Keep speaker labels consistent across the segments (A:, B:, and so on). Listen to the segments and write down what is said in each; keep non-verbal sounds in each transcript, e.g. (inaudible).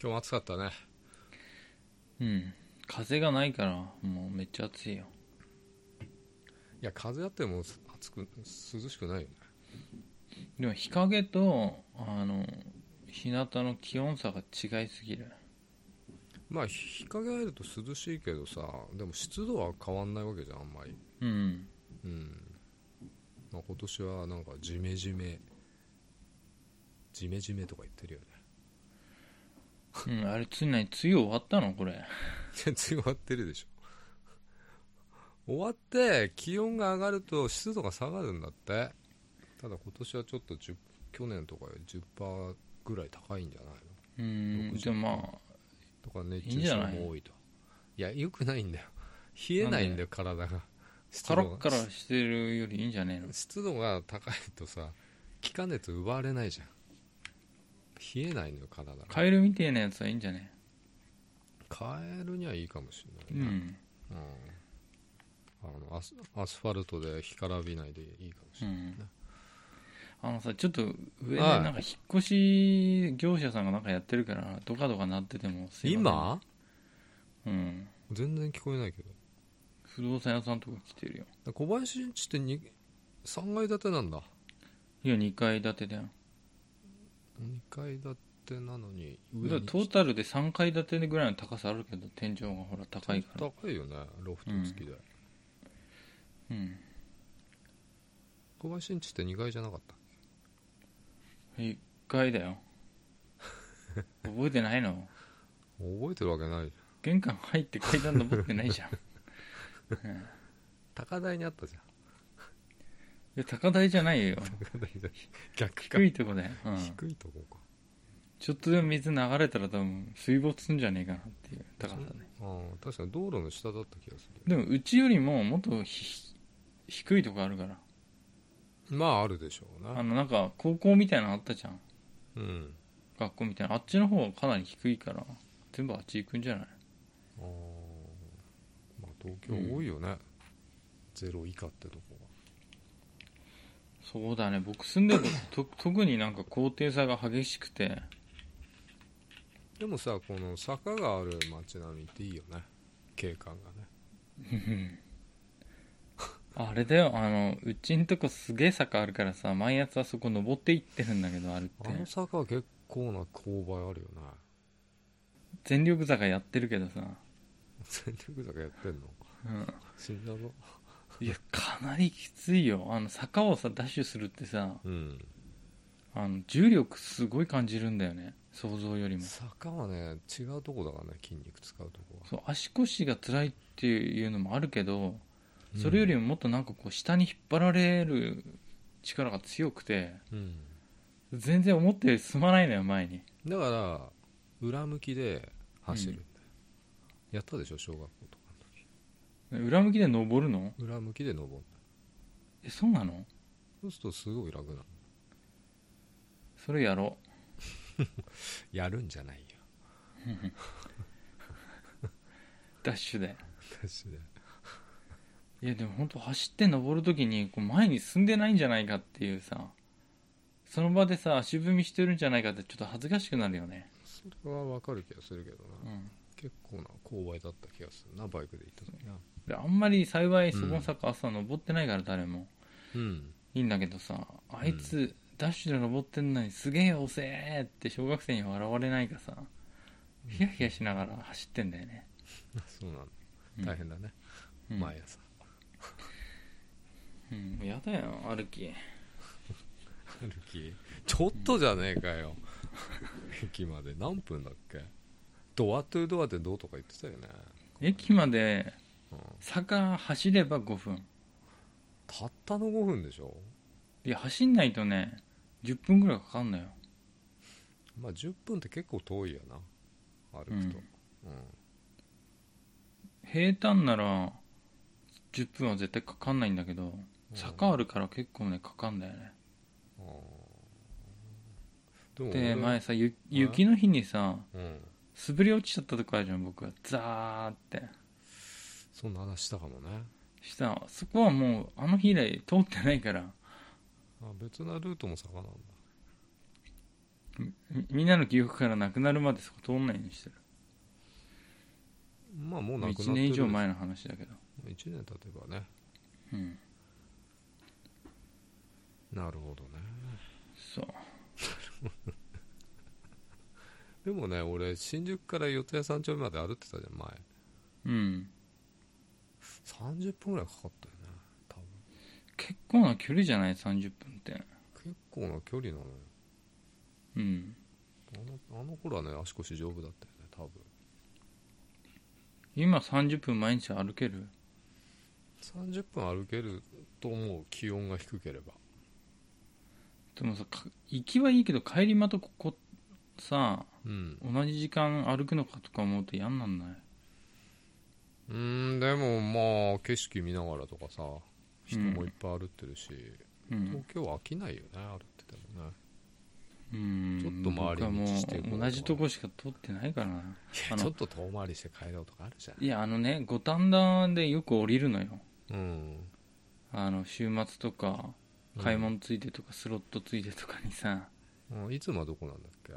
A: 今日も暑かったね
B: うん風がないからもうめっちゃ暑いよ
A: いや風あっても暑く涼しくないよね
B: でも日陰とあの日向の気温差が違いすぎる
A: まあ日陰入ると涼しいけどさでも湿度は変わんないわけじゃんあんまり
B: うん
A: うん、まあ、今年はなんかジメジメジメジメとか言ってるよね
B: うん、あれ、ついに、梅雨終わったのこれ。
A: 全然終わってるでしょ終わって気温が上がると湿度が下がるんだってただ今年はちょっと10去年とかより10%ぐらい高いんじゃないの
B: うん、
A: 60
B: でも
A: とか熱
B: いい
A: 中
B: んじゃ
A: 症
B: ない
A: も多いといやよくないんだよ冷えないんだよ体が
B: まあ、
A: 湿
B: カ
A: 度
B: ラッ
A: が
B: カラしてるよりいいんじゃねえの
A: 湿度が高いとさ気化熱奪われないじゃん冷えないのよ体が
B: カエルみてえなやつはいいんじゃね
A: カエルにはいいかもし
B: え
A: れ
B: う
A: ないね、う
B: ん。
A: んあのアスアスファルトで干からびないでいいかもし
B: う
A: れない、
B: ん。あのさ、ちょっと上で
A: はい
B: なんか引っ越し業者さんがなんかやってるから、ドカドカなっててもすいま
A: 今
B: せん。うん。
A: 全然聞こえないけど
B: 不動産屋さんとか来てるよ。
A: 小林んちってに3階建てなんだ
B: いや、2階建てだよ。
A: 2階建てなのに
B: だから
A: に
B: トータルで3階建てぐらいの高さあるけど、天井がほら高いから。
A: 高いよねロフト付きで、
B: うん。
A: 小林んちって2階じゃなかった
B: 1階だよ。 (laughs) 覚えてないの
A: 覚えてるわけないじゃん
B: 玄関入って階段登ってないじ (laughs) ゃんい
A: 高台にあったじゃん
B: や高台じゃないよ
A: 高台だ逆か
B: 低いとこだよ、うん、
A: 低いとこか
B: ちょっとでも水流れたら多分水没すんじゃねえかなっていう高さね
A: ああ確かに道路の下だった気がす
B: でもうちよりももっとひ低いとこあるから
A: るまああるでしょう
B: あ
A: な
B: のなんか高校みたいなのあったじゃん
A: うん
B: 学校みたいなあっちの方はかなり低いから全部あっち行くんじゃない
A: ああまあ東京多いよね、ゼロ以下ってとこ
B: そうだね僕住んでる (coughs) とと特になんか高低差が激しくて
A: がでもさこの坂がある街並みっていいよね景観がね
B: あれだよあのうちんとこすげえ坂あるからさ毎朝あそこ登っていってるんだけどあれって
A: あの坂は結構な勾配あるよね
B: 全力坂やってるけどさ、
A: 全力坂やってんの
B: うん、
A: 死んだぞ
B: いやかなりきついよあの坂をさダッシュするってさ
A: うん
B: あの重力すごい感じるんだよね想像よりも
A: 坂はね違うとこだからね筋肉使うとこは
B: そう足腰が辛いっていうのもあるけどそれよりももっとなんかこう下に引っ張られる力が強くて
A: うん
B: 全然思ったより進まないのよ前に
A: だから裏向きで走るんだよ、やったでしょ小学校とかの時
B: 裏向きで登るの
A: 裏向きで登る
B: えそうなの
A: そうするとすごい楽なの
B: それやろ
A: やるんじゃないよ
B: うダッシュで
A: 私で
B: いやでも本当走って登るときにこう前に進んでないんじゃないかっていうさその場でさ足踏みしてるんじゃないかってちょっと恥ずかしくなるよね、
A: それは分かる気がするけど
B: う
A: な、
B: ん、
A: 結構な勾配だった気がするなバイクで行った時な
B: であんまり幸いそこの坂朝登ってないから誰も、
A: うん
B: いいんだけどさあいつダッシュで登ってんのにすげえ遅えって小学生には笑われないかさヒヤヒヤしながら走ってんだよね、
A: そうなの
B: うん
A: 大変だね、
B: うん
A: 毎朝
B: うん、もうやだよ歩き
A: 歩きちょっとじゃねえかよ、駅まで何分だっけドアトゥドアでどうとか言ってたよね、
B: 駅まで
A: うん、
B: 坂走れば5分
A: たったの5分でしょ
B: いや走んないとね10分ぐらいかかんのよ
A: まあ10分って結構遠いよな歩くと、う
B: うんん平坦なら10分は絶対かかんないんだけど坂あるから結構ねかかんだよね
A: あーでも
B: で
A: 俺
B: 前さゆ雪の日にさ
A: うん、
B: 滑り落ちちゃったとこあるじゃん僕はザーって
A: そんな話したかもね
B: したそこはもうあの日以来通ってないから
A: あ別なルートも坂なんだ
B: みみんなの記憶からなくなるまでそこ通んないようにしてる
A: まあもうなくなって
B: 1
A: る
B: 年以上前の話だけど
A: 1年経てばね
B: うん
A: なるほどね
B: そう
A: でもね俺新宿から四谷三丁目まで歩ってたじゃん前
B: うん
A: 30分ぐらいかかったよね多分
B: 結構な距離じゃない30分って
A: 結構な距離なのよ
B: うん
A: あのあの頃はね足腰丈夫だったよね多分
B: 今30分毎日歩ける
A: 30分歩けると思う気温が低ければ
B: でもさか行きはいいけど帰りまたここさ
A: うん
B: 同じ時間歩くのかとか思うと嫌になんないう
A: ーんでもまあ景色見ながらとかさ人もいっぱい歩ってるし、
B: うん
A: 東、京は飽きないよね歩っててもね
B: うん、
A: ちょっと回り道して
B: 僕
A: こう
B: はもう同じとこしか通ってないからないあ
A: や (laughs)
B: の
A: ちょっと遠回りして帰ろうとかあるじゃ
B: いやあのね五反田でよく降りるのよ
A: んうん
B: あの週末とか買い物ついてとか、スロットついてとかにさ
A: うんいつもはどこなんだっけ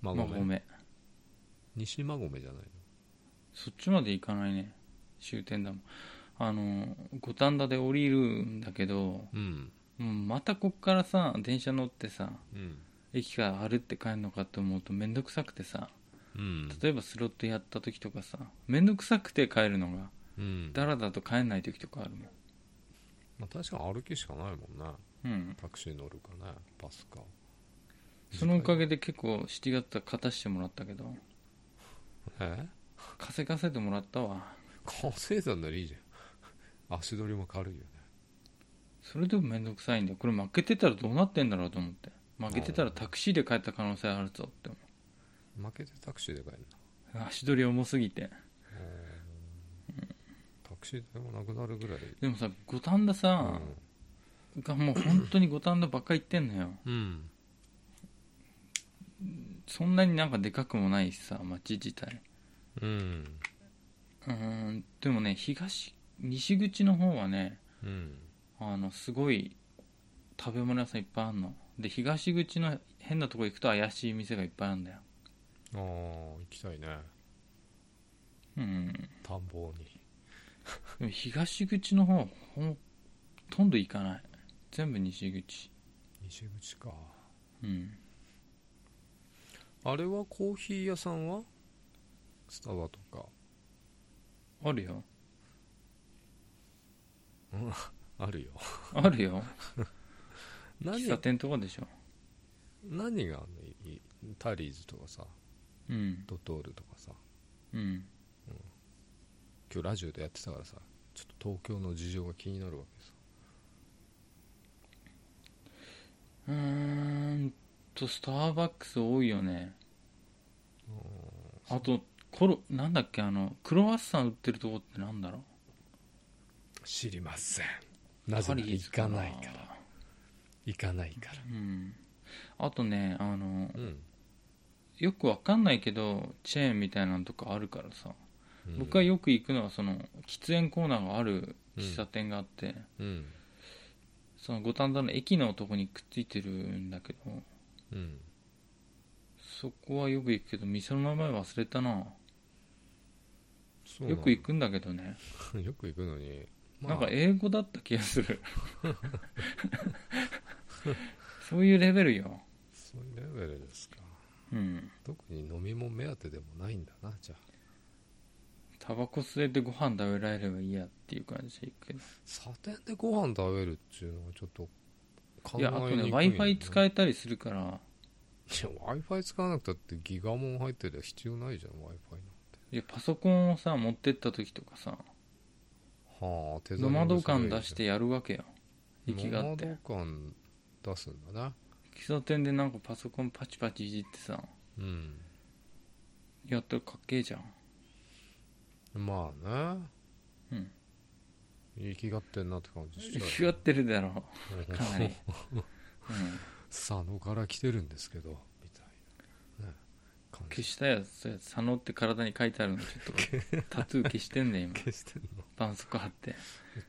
B: ま
A: 馬
B: あ
A: 込、
B: ごめん
A: 西馬込じゃない
B: そっちまで行かないね終点だもんあの五反田で降りるんだけども
A: のうん
B: うまたこっからさ電車乗ってさ
A: うん
B: 駅から歩って帰るのかと思うとめんどくさくてさ
A: うん
B: 例えばスロットやった時とかさめんどくさくて帰るのが
A: うん
B: だらだらと帰んない時とかある
A: まあ、確かに歩きしかないもんね
B: もんうん
A: タクシー乗るかねバスか
B: そのおかげで結構7月は勝たしてもらったけど
A: え
B: 稼がせてもらったわ
A: 稼いだんならいいじゃん (laughs) 足取りも軽いよね
B: それでもめんどくさいんだよこれ負けてたらどうなってんだろうと思って負けてたらタクシーで帰った可能性あるぞって思
A: 負けてタクシーで帰るな
B: う足取り重すぎて
A: タクシー代もなくなるぐらい
B: でもさ五反田さ、がもう本当に五反田ばっか行ってんのよ
A: うん、うん、
B: そんなになんかでかくもないしさ街自体
A: うん
B: うーんでもね東西口の方はね
A: うん
B: あのすごい食べ物屋さんいっぱいあんので東口の変なとこ行くと怪しい店がいっぱいあるんだよ
A: ああ行きたいね
B: うん
A: 田んぼに
B: でも東口の方はほとんど行かない全部西口
A: 西口か
B: うん
A: あれはコーヒー屋さんはスタバとか
B: あるよ
A: あるよ
B: あるよ
A: 何
B: 喫茶店とかでしょ
A: 何があんのいいタリーズとかさ
B: うん
A: ドトールとかさ
B: うん
A: 今日ラジオでやってたからさちょっと東京の事情が気になるわけさ
B: うーんとスターバックス多いよねあとコロなんだっけあのクロワッサン売ってるとこってなんだろ
A: 知りません
B: う
A: なぜなら
B: ハリー
A: 行
B: ズ
A: かないから行かないから
B: うんあとねあの
A: うん、
B: よくわかんないけどチェーンみたいなのとかあるからさ、僕はよく行くのはその喫煙コーナーがある喫茶店があって、
A: うん
B: その五反田の駅のとこにくっついてるんだけど
A: うん
B: そこはよく行くけど店の名前忘れたな
A: そうな
B: よ
A: の
B: く行くんだけどね、
A: (laughs) よく行くのに、
B: なんか英語だった気がするそういうレベルよ
A: そういうレベルですか
B: うん
A: 特に飲み物目当てでもないんだなじゃあ
B: タバコ吸えてご飯食べられればいいやっていう感じで行くけど
A: サテンでご飯食べるっていうのはちょっと考
B: い
A: え
B: や
A: に
B: あ
A: くい
B: と
A: よ
B: ね w i f i 使
A: い
B: えたりするから
A: や w i f i 使わなくたってギガモン入ってりゃ必要ないじゃん w i f i
B: いやパソコンをさ持ってった時とかさ
A: のはあ手
B: ノマド感出してやるわけよ息があって
A: ノマド感出すんだな
B: 喫茶店でなんかパソコンパチパチいじってさ
A: うん
B: やったらかっけえじゃん
A: まあね
B: うん
A: 生きがってんなって感じしちゃう
B: (laughs) 息がってるだろうか
A: (laughs)
B: なり、うん、
A: 佐野から来てるんですけどみたいな、ね、感
B: 消したやつそうやつ佐野って体に書いてあるのちょ (laughs) っとタトゥー消してんね今
A: 消してんの
B: バンソク貼って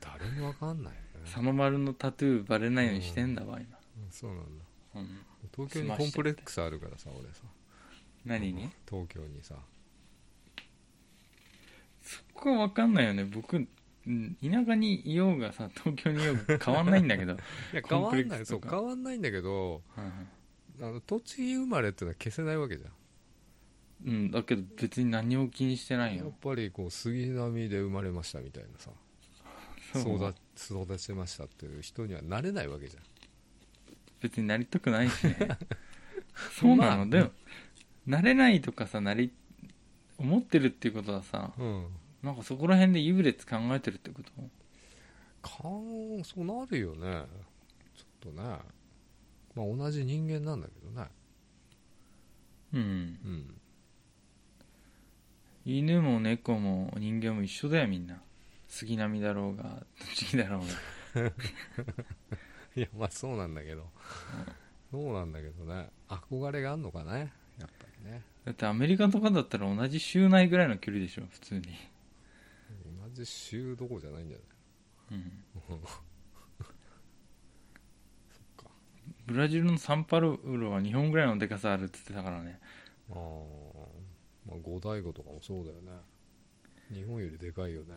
A: 誰もわかんないよね
B: 佐野丸のタトゥーバレないようにしてんだわ今、
A: うんそうなんだ
B: うん、
A: 東京にコンプレックスあるからさ俺さ
B: 何に
A: 東京にさ
B: そこは分かんないよね僕うん田舎にいようがさ東京にいようが変わんないんだ (laughs) けど、
A: いや
B: コ
A: 変
B: ン
A: わ
B: プレ
A: ん
B: ッ
A: な
B: ク
A: い
B: ス
A: そ
B: と
A: う
B: か
A: 変わんないんだけどあの栃木生まれっていうのは消せないわけじゃん
B: うん、だけど別に何を気にしてない
A: やっ
B: よ
A: ぱりこう杉並で生まれましたみたいなさ
B: そう
A: 育ち育ちましたっていう人にはなれないわけじゃん
B: 別になりたくない (laughs) しねそうな
A: まあ
B: の、でもなれないとかさなり思ってるっていうことはさ
A: うん
B: なんかそこら辺で優劣考えてるってこと
A: かんそうなるよねちょっとねまあ同じ人間なんだけどね
B: うん
A: うん
B: 犬も猫も人間も一緒だよみんな杉並だろうが栃木だろうが
A: いやまあそうなんだけど、そうなんだけどね憧れがあるのかねやっぱりね
B: だってアメリカとかだったら同じ州内ぐらいの距離でしょ普通に、
A: 同じ州どこじゃないんじゃない
B: うん、
A: そっか
B: ブラジルのサンパウロは日本ぐらいのでかさあるって言ってたからね
A: あーまあ五大湖とかもそうだよね日本よりでかいよね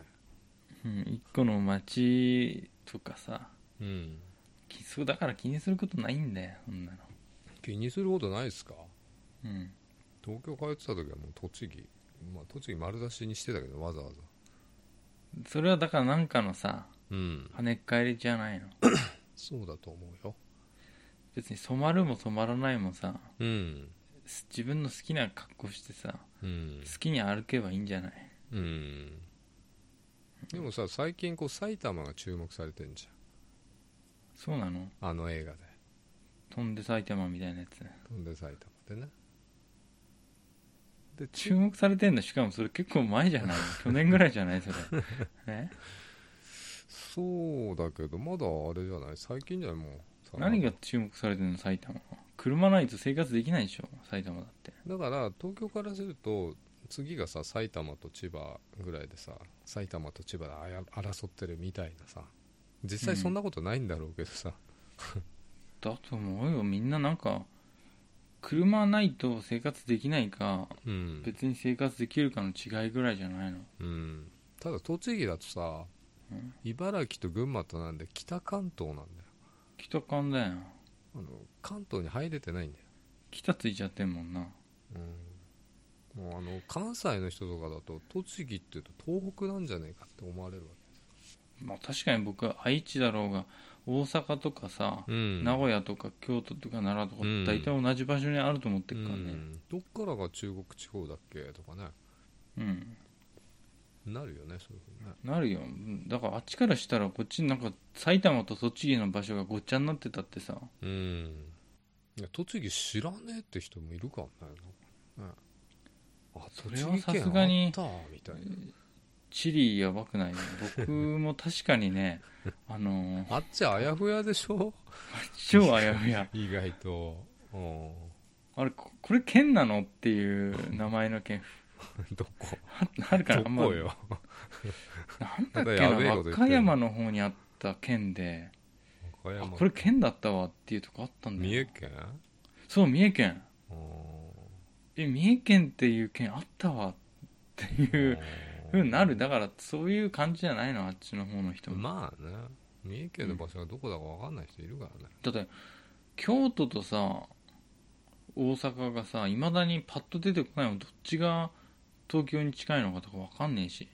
B: うん一個の町とかさ
A: うん
B: きそうだから気にすることないんだよそんなの
A: 気にすることないですか
B: うん
A: 東京通ってた時はもう栃木まあ栃木丸出しにしてたけどわざわざ
B: それはだからなんかのさ
A: うん
B: 跳ねっ返りじゃないの
A: そうだと思うよ
B: 別に染まるも染まらないもさ
A: うん
B: す自分の好きな格好してさ
A: うん
B: 好きに歩けばいいんじゃない
A: うんでもさ最近こう埼玉が注目されてんじ
B: そうなの
A: ゃんあの映画で
B: 飛んで埼玉みたいなやつ
A: 飛んで埼玉でねで
B: 注目されてんだしかもそれ結構前じゃない
A: (laughs)
B: 去年ぐらいじゃないそれね
A: そうだけどまだあれじゃない最近じゃないもう
B: 何が注目されてんの埼玉は車ないと生活できないでしょ埼玉だって
A: だから東京からすると次がさ埼玉と千葉ぐらいでさ埼玉と千葉であや争ってるみたいなさ実際そんなことないんだろうけどさ、
B: だと思うよみんななんか車ないと生活できないか
A: うん
B: 別に生活できるかの違いぐらいじゃないの
A: うん、ただ栃木だとさ
B: うん
A: 茨城と群馬となんで北関東なんだよ
B: 北関だよ
A: あの関東に入れてないんだよ
B: 北ついちゃってんもんな
A: うんもうあの関西の人とかだと栃木っていうと東北なんじゃねえかって思われるわ
B: まあ確かに僕は愛知だろうが大阪とかさ、
A: け、うん
B: 名古屋とか京都とか奈良とか
A: うん
B: 大体同じ場所にあると思ってるから
A: う
B: ね
A: んどっからが中国地方だっけとかね
B: うん、
A: なるよねそういうふうにね
B: なるようんだからあっちからしたらこっちなんか埼玉と栃木の場所がごっちゃになってたってさ
A: うんいや栃木知らねえって人もいるかもねなんかねあ
B: それ
A: 栃
B: は
A: 木県
B: さすがに
A: あったみたいな
B: 地理やばくないね僕も確か
A: (laughs)
B: にねあのー、
A: あっちあやふやでしょ
B: 超あやふや
A: 意外と
B: (laughs)
A: うん
B: あれここれ県なのっていう名前の県
A: どこ
B: ああるから
A: ど
B: あんまな
A: こ
B: ん
A: よ
B: だっけ
A: や
B: な
A: べえこと言ってる
B: 和歌山の方にあった県で
A: 和歌
B: あ
A: 山
B: これ県だったわっていうとこあったんだよ
A: 三重県
B: そう三重県
A: う
B: え三重県っていう県あったわってい
A: ん
B: うふうになるだからそういう感じじゃないのあっちの方の人も、
A: まあね三重県の場所がどこだか分かんない人いるからね
B: だって京都とさ大阪がさいまだにパッと出てこないのどっちが東京に近いのかとかわかんねえし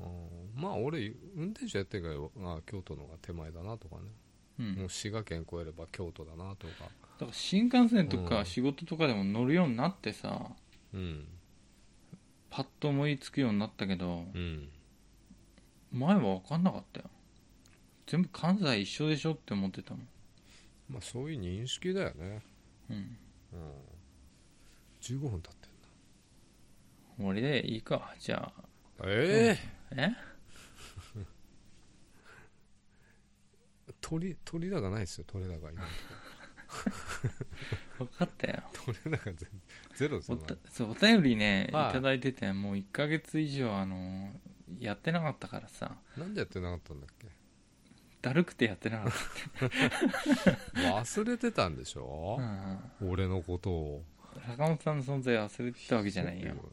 A: うんまあ俺運転手やってるからあ京都の方が手前だなとかね
B: うん、
A: も
B: だ
A: う滋賀県越えれば京都だなとか
B: から新幹線と
A: う
B: か
A: ん
B: 仕事とかでも乗るようになってさ
A: うん
B: パッと思いつくようになったけど
A: うん
B: 前は分かんなかったよ全部関西一緒でしょって思ってたもん、
A: まあそういう認識だよね
B: うん、
A: うん15分経ってんな
B: 終わりでいいかじゃあ
A: え
B: え
A: え鳥鳥だがないですよ鳥だが今 (laughs)
B: 分かったよ
A: 鳥だがゼゼロです
B: お
A: よ
B: たそうお便りね、
A: はい
B: い、ただいててもう1ヶ月以上あのやってなかったからさ
A: なんでやってなかったんだっけ
B: だだるくてやってなかっ
A: 忘れてたんでしょ
B: た、う、ん、
A: 俺のことを
B: 坂本さんの存在忘れてたわけじゃないよ
A: そう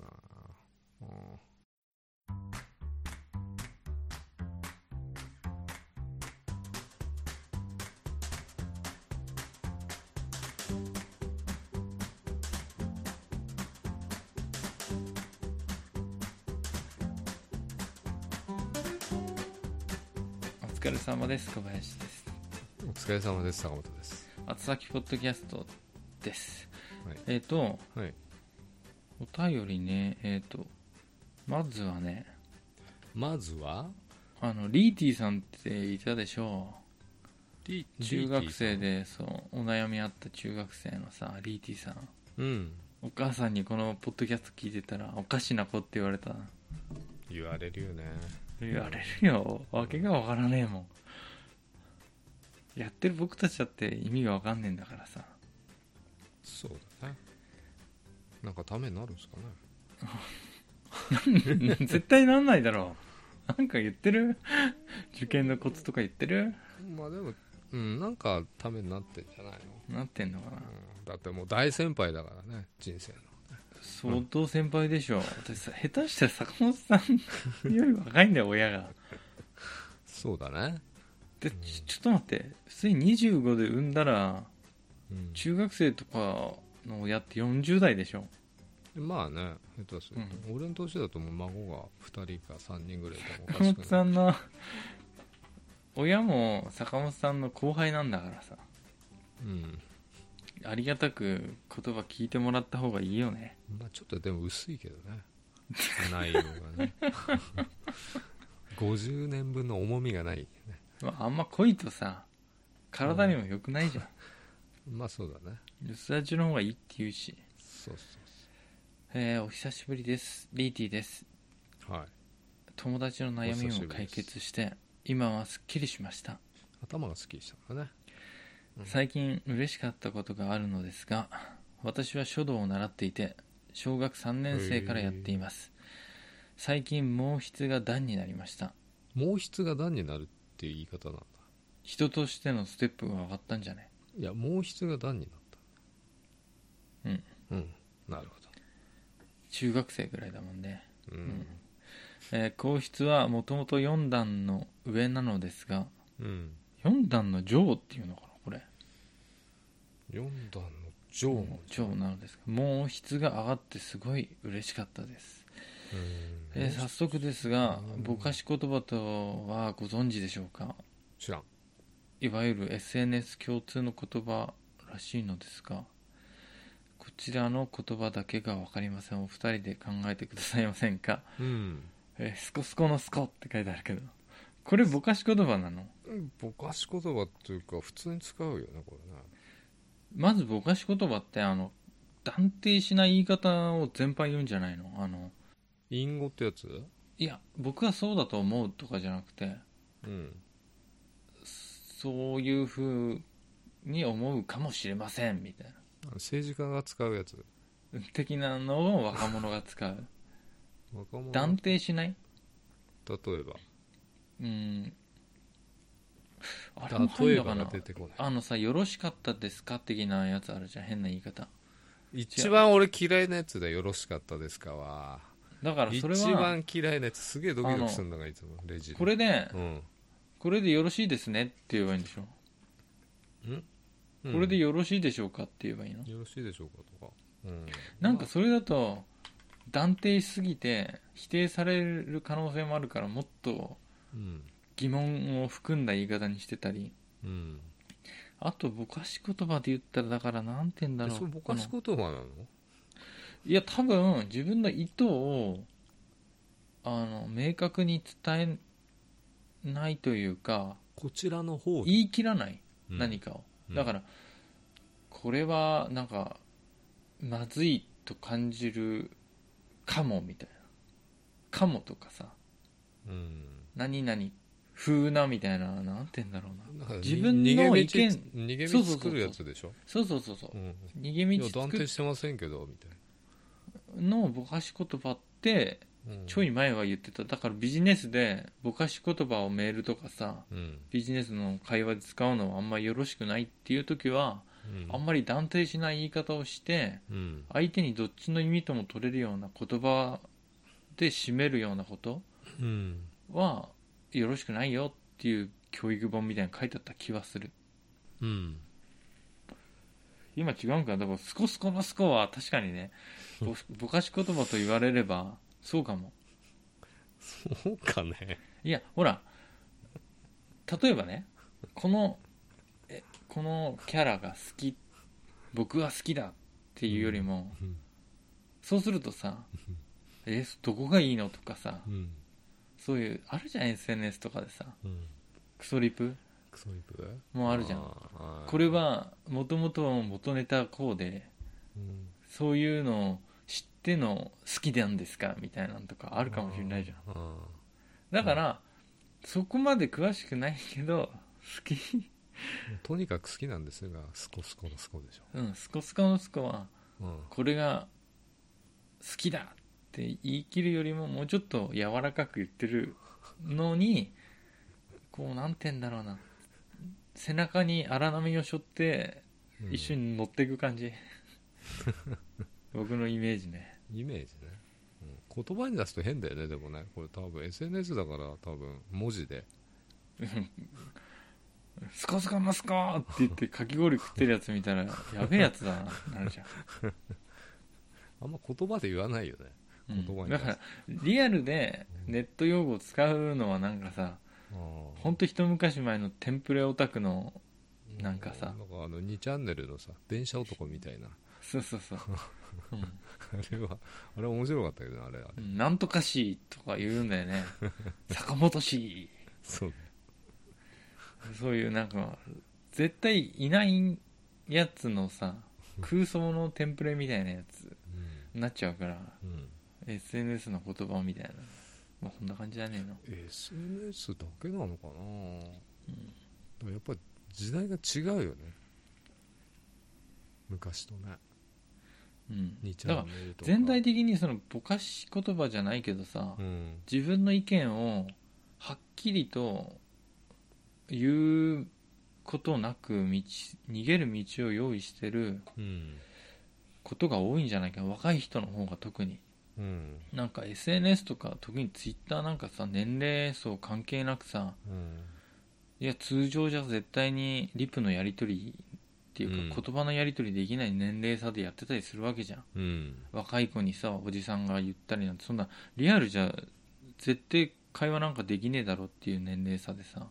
A: だよなうん
B: お疲れ様です小林です
A: お疲れ様です坂本です
B: 厚崎ポッドキャストです、
A: はい
B: えっ、と
A: はい
B: お便りねえっ、とまずはね
A: まずは
B: あのリーティさんっていたでしょ
A: リ
B: う中学生でそうお悩みあった中学生のさリーティさん
A: うん
B: お母さんにこのポッドキャスト聞いてたらおかしな子って言われた
A: 言われるよね
B: 言われるよわけがわからねえもんやってる僕たちだって意味がわかんねえんだからさ (laughs)
A: そうだねなんかためになるんですかね
B: 絶対なんないだろうなんか言ってる受験のコツとか言ってる
A: まあでもうんなんかためになってんじゃないの、
B: なってんのかな
A: うん、だってもう大先輩だからね人生の
B: 相当先輩でしょ私さ下手したら坂本さんより若いんだよ親が
A: そうだね
B: でちちょっと待って普通に25で産んだら
A: うん
B: 中学生とかの親って40代でしょ
A: まあね下手すると、俺の年だともう孫が2人か3人ぐらいいてもおかし
B: 坂本
A: くな
B: さ
A: い
B: んの親も坂本さんの後輩なんだからさ
A: うん
B: ありがたく言葉聞いてもらった方がいいよね
A: まあちょっとでも薄いけどね内容が (laughs) ね50年分の重みがない、ね、
B: まああんま濃いとさ体にも良くないじゃん
A: まあそうだね
B: 留守ラジの方がいいって言うし、
A: そうそう
B: えーお久しぶりですリーティです
A: そうはい
B: 友達の悩みを解決して今はすっきりしました
A: 頭がすっきりしたんだねうん
B: 最近嬉しかったことがあるのですが私は書道を習っていて小学3年生からやっています最近毛筆が段になりました
A: 毛筆が段になるっていう言い方なんだ
B: 人としてのステップが上がったんじゃね
A: いや毛筆が段になった
B: うん
A: うんなるほ
B: 中学生ぐらいだもんね、
A: どう、
B: うんえー硬筆はもともと4段の上なのですが
A: うん、
B: 4段の上っていうのかなこれ
A: 4段の上
B: 上なのですが毛筆が上がってすごい嬉しかったです
A: うん
B: えー早速ですが
A: うん
B: ぼかし言葉とはご存知でしょうか
A: 知らん
B: いわゆる SNS 共通の言葉らしいのですがこちらの言葉だけが分かりませんお二人で考えてくださいませんか
A: うん
B: 「えースコスコのスコ」って書いてあるけどこれぼかし言葉なの
A: ぼかし言葉っていうか普通に使うよねこれね
B: まずぼかし言葉ってあの断定しない言い方を全般言うんじゃないのあの
A: 隠語ってやつ
B: いや僕はそうだと思うとかじゃなくて
A: うん
B: そういうふうに思うかもしれませんみたい
A: 政治家が使うやつ
B: な的なのを若者が使う
A: 若者
B: 断定しない
A: 例えば
B: うんあれも
A: 例
B: 入る
A: え
B: の
A: ば
B: か
A: が
B: な
A: 出てこない
B: あのさ「よろしかったですか?」的なやつあるじゃん変な言い方
A: 一番俺嫌いなやつでよろしかったですかは
B: だから
A: 一
B: それは
A: 番嫌いなやつすげえドキドキするのがいつもレジで
B: これで
A: うん
B: これでよろしいですねって言えばいいんでしょ
A: うん
B: これでよろしいでしょうかって言えばいいの
A: よろしいでしょうかとか、うん、
B: なんかそれだと断定しすぎて否定される可能性もあるからもっと
A: うん
B: 疑問を含んだ言い方にしてたり
A: うん
B: あとぼかし言葉で言ったらだからなんて言うんだ
A: え
B: ろ
A: そうれぼかし
B: この
A: 言葉なの
B: いや多分自分の意図をあの明確に伝えないというか
A: こちらの方
B: 言い切らない
A: うん
B: 何かを、
A: うん
B: だからこれはなんかまずいと感じるかもみたいなかもとかさ
A: うん
B: 何々風なみたいななんて言うんだろう
A: な
B: な
A: んかに
B: 自分の意見
A: 逃げ道逃げ道作るやつでしょ
B: そうそうそうそう
A: うん
B: 逃げ
A: いや
B: 道
A: 断
B: 作
A: 定してませんけどみたい
B: のぼかし言葉って
A: うん
B: ちょい前は言ってただからビジネスでぼかし言葉をメールとかさ
A: うん
B: ビジネスの会話で使うのはあんまりよろしくないっていう時は
A: うん
B: あんまり断定しない言い方をして
A: うん
B: 相手にどっちの意味とも取れるような言葉で締めるようなこと
A: うん
B: はよろしくないよっていう教育本みたいなの書いてあった気はする
A: うん
B: 今違うんかでもスコスコのスコは確かにねぼぼかし言葉と言われればそうかも
A: そうかね
B: いやほら例えばねこのえこのキャラが好き僕は好きだっていうよりも、
A: うん
B: そうするとさ「えどこがいいの?」とかさ
A: うん
B: そういうあるじゃん SNS とかでさ
A: うん
B: クソリプ
A: クソリプ
B: もあるじゃん
A: ん
B: これはもともと元ネタこうで
A: うん
B: そういうのを知っての好きなんですかみたいなのとかあるかもしれないじゃん
A: あー
B: だから、そこまで詳しくないけど好き
A: とにかく好きなんですがスコスコのスコでしょ
B: うんスコスコのスコは
A: うん
B: これが好きだって言い切るよりももうちょっと柔らかく言ってるのにこうなんて言うんだろうな背中に荒波を背負って
A: うん
B: 一緒に乗っていく感じ、僕のイメージね
A: イメージね、うん言葉に出すと変だよねでもねこれ多分 SNS だから多分文字で
B: 「スコスコマスコ!」って言ってかき氷食ってるやつ見たらやべえやつだなってなるじゃん
A: あんま言葉で言わないよね
B: うん
A: 言葉に出
B: だ
A: す
B: からリアルでネット用語を使うのはなんかさほんと一昔前のテンプレオタクの
A: う
B: なんかさ
A: なんかあの2チャンネルのさ電車男みたいな
B: そうそうそう、うん
A: あれはあれは面白かったけどねあれあれ
B: うん、なんとかしとか言うんだよね坂本氏
A: そうね
B: そういうなんか絶対いないやつのさ空想のテンプレみたいなやつになっちゃうから
A: うん、うん
B: SNS の言葉みたいな、まあ、こんな感じじゃねえの
A: SNS だけなのかな、でもやっぱり時代が違うよね昔とね
B: うん
A: 2チ
B: だ
A: ャ
B: から
A: ンネルとか
B: 全体的にそのぼかし言葉じゃないけどさ、
A: うん
B: 自分の意見をはっきりと言うことなく道逃げる道を用意してる
A: うん
B: ことが多いんじゃないか若い人の方が特に
A: うん
B: なんか SNS とか特に Twitter なんかさ年齢層関係なくさ
A: うん
B: いや通常じゃ絶対にリプのやり取りっていうか、
A: うん
B: 言葉のやり取りできない年齢差でやってたりするわけじゃん
A: うん
B: 若い子にさおじさんが言ったりなんてそんなリアルじゃ絶対会話なんかできねえだろっていう年齢差でさ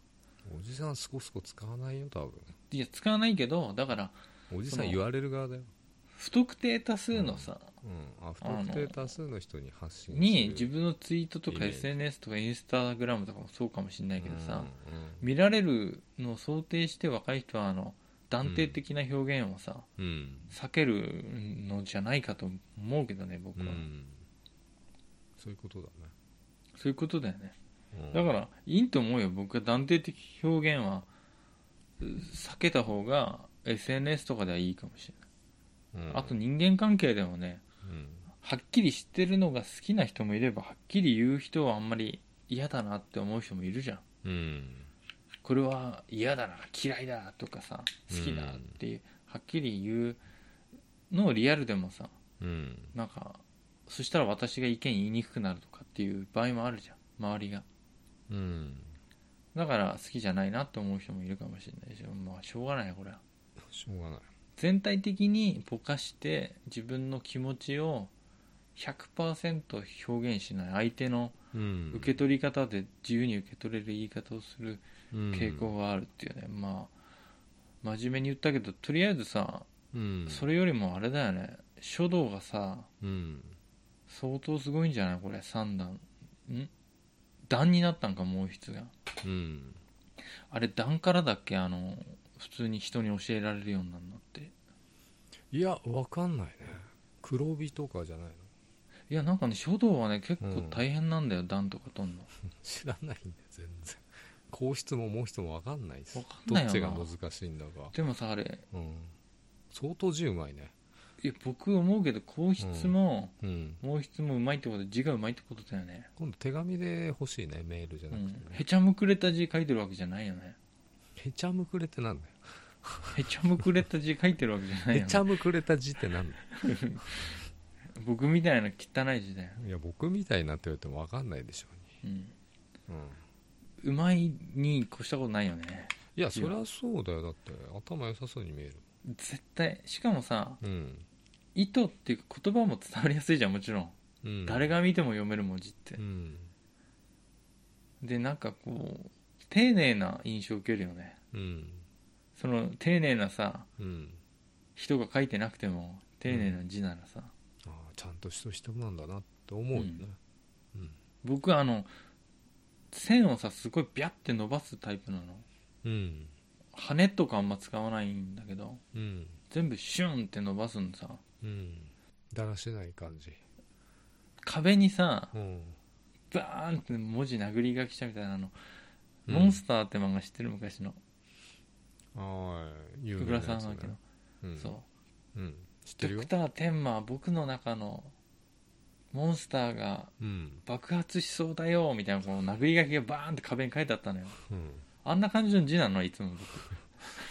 A: おじさんそこそこ使わないよ多分
B: いや使わないけどだから
A: おじさ
B: そ
A: ん
B: の
A: 言われる側だよ、
B: 不特定多数のさ、
A: うん、あ不特定多数の人に発信する
B: に自分のツイートと
A: イ
B: か
A: メージ
B: SNS とかインスタグラムとかもそうかもしれないけどさ、
A: う
B: 見られるのを想定して若い人はあの断定的な表現をさ、
A: んうん
B: 避けるのじゃないかと思うけどね僕
A: う
B: は、
A: ん、うんそういうことだね、
B: そういうことだよね
A: うん
B: だからいいと思うよ僕は断定的表現はう避けた方が SNS とかではいいかもしれ
A: うん、
B: ないあと人間関係でもね
A: うん
B: はっきり知ってるのが好きな人もいればはっきり言う人はあんまり嫌だなって思う人もいるじゃん
A: うん
B: これは嫌だな嫌いだとかさ好きだっていう、はっきり言うのをリアルでもさ
A: うん
B: なんかそしたら私が意見言いにくくなるとかっていう場合もあるじゃん周りが
A: うん
B: だから好きじゃないなって思う人もいるかもしれないしまあしょうがないよこれは
A: しょうがない
B: 全体的にぼかして自分の気持ちを100%表現しない相手の
A: うん
B: 受け取り方で自由に受け取れる言い方をする傾向があるっていうね、まあ真面目に言ったけどとりあえずさ、
A: うん
B: それよりもあれだよね書道がさ
A: うん
B: 相当すごいんじゃないこれ3段ん段になったんか毛筆が
A: うん
B: あれ段からだっけあの普通に人に教えられるようになるのって
A: いやわかんないね黒帯とかじゃないの
B: いやなんかね書道はね結
A: う
B: 構
A: ん
B: 大変なんだよ、段とか取んの
A: 知らないんだよ全然皇室も毛筆もわかんないです
B: わかんないよな
A: どっちが難しいんだか
B: でもさあれ
A: うん相当字うまいね
B: いや僕思うけど皇室も
A: うん
B: 毛筆もうまいってこと字がうまいってことだよね、
A: 今度手紙で欲しいねメールじゃ
B: う
A: なくてね
B: ん、、へちゃむくれた字書いてるわけじゃないよね
A: へちゃむくれってなんだよ
B: へちゃむくれた字書いてるわけじゃない
A: へ
B: よ、ね
A: ち、ゃむくれた字ってなんだよ
B: 僕みたいな汚い字だよ、
A: いや僕みたいになって言われても分かんないでしょ
B: うん、
A: う、うん、
B: うまいに越したことないよね
A: いやそりゃそうだよだって頭良さそうに見える
B: 絶対しかもさ
A: うん、
B: 意図っていうか言葉も伝わりやすいじゃんもちろん、
A: うん、
B: 誰が見ても読める文字って
A: う、ん
B: でなんかこう丁寧な印象を受けるよね
A: うん
B: その丁寧なさ
A: うん
B: 人が書いてなくても丁寧な字ならさ、
A: ああちゃんとした人なんだなって思うよねうん
B: 僕はあの線をさすごいビャって伸ばすタイプなの
A: うん
B: 羽とかあんま使わないんだけど
A: うん
B: 全部シュンって伸ばすのさ
A: うんだらしない感じ
B: 壁にさ
A: うん
B: バーンって文字殴り書きしたみたいなあの、
A: うん
B: モンスターって漫画知ってる昔の
A: はい有
B: 小
A: 名な
B: 倉
A: やつ
B: さんの、
A: ねうん
B: そう
A: うん知ってるよ
B: ドクター天馬は僕の中のモンスターが
A: うん
B: 爆発しそうだよみたいなこの殴り書きがバーンって壁に書いてあったのよ
A: うん
B: あんな感じの字なのいつも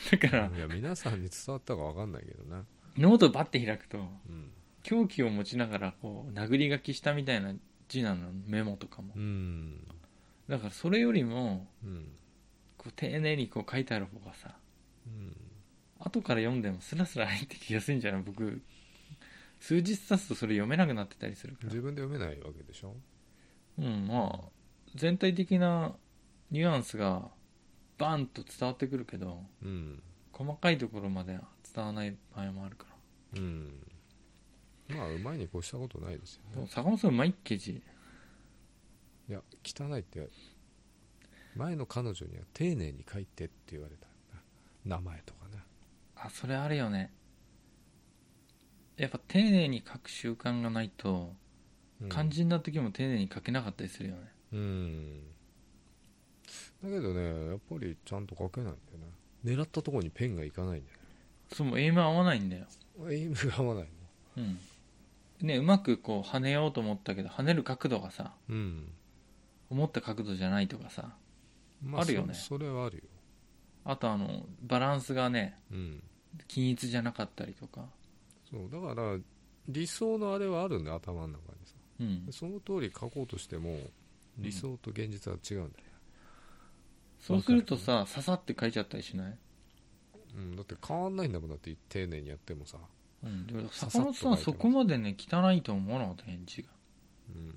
B: 僕 (laughs) だから
A: いや皆さんに伝わったか分かんないけどね
B: ノートバッて開くと
A: うん
B: 狂気を持ちながらこう殴り書きしたみたいな字なのメモとかも
A: うん
B: だからそれよりも
A: うん
B: こう丁寧にこう書いてある方がさ
A: うん
B: 後から読んでもスラスラ入ってきやすいんじゃない僕数日経つとそれ読めなくなってたりするから
A: 自分で読めないわけでしょ
B: うんまあ全体的なニュアンスがバンと伝わってくるけど
A: うん
B: 細かいところまでは伝わらない場合もあるか
A: うんまあうまいに越したことないです
B: ら
A: よ
B: もう
A: ね
B: 坂本さんうまいっけ字
A: いや汚いって前の彼女には丁寧に書いてって言われたんだ名前とかね
B: あそれあるよねやっぱ丁寧に書く習慣がないと
A: うん
B: 肝心な時も丁寧に書けなかったりするよね、
A: うんだけどねやっぱりちゃんと書けないんだよね狙ったところにペンがいかないんだよ
B: そうもうエイム合わないんだよ
A: ねエイムが合わないの
B: うんねうまくこう跳ねようと思ったけど跳ねる角度がさ
A: うん、
B: 思った角度じゃないとかさ
A: ま
B: あるよね
A: そそれはあるよ
B: あとあのバランスがね
A: うん
B: 均一じゃなかったりとか
A: そうだから理想のあれはあるんだよ頭の中にさ
B: うん
A: その通り書こうとしても理想と現実は違うんだよ、
B: そうするとさささって書いちゃったりしない、
A: うん、だって変わんないんだもんだって丁寧にやってもさ、
B: うん、でも
A: さ
B: 坂本さんは
A: さっと書い
B: そ
A: てます
B: こまでね汚いと思わなかった返事が
A: うん、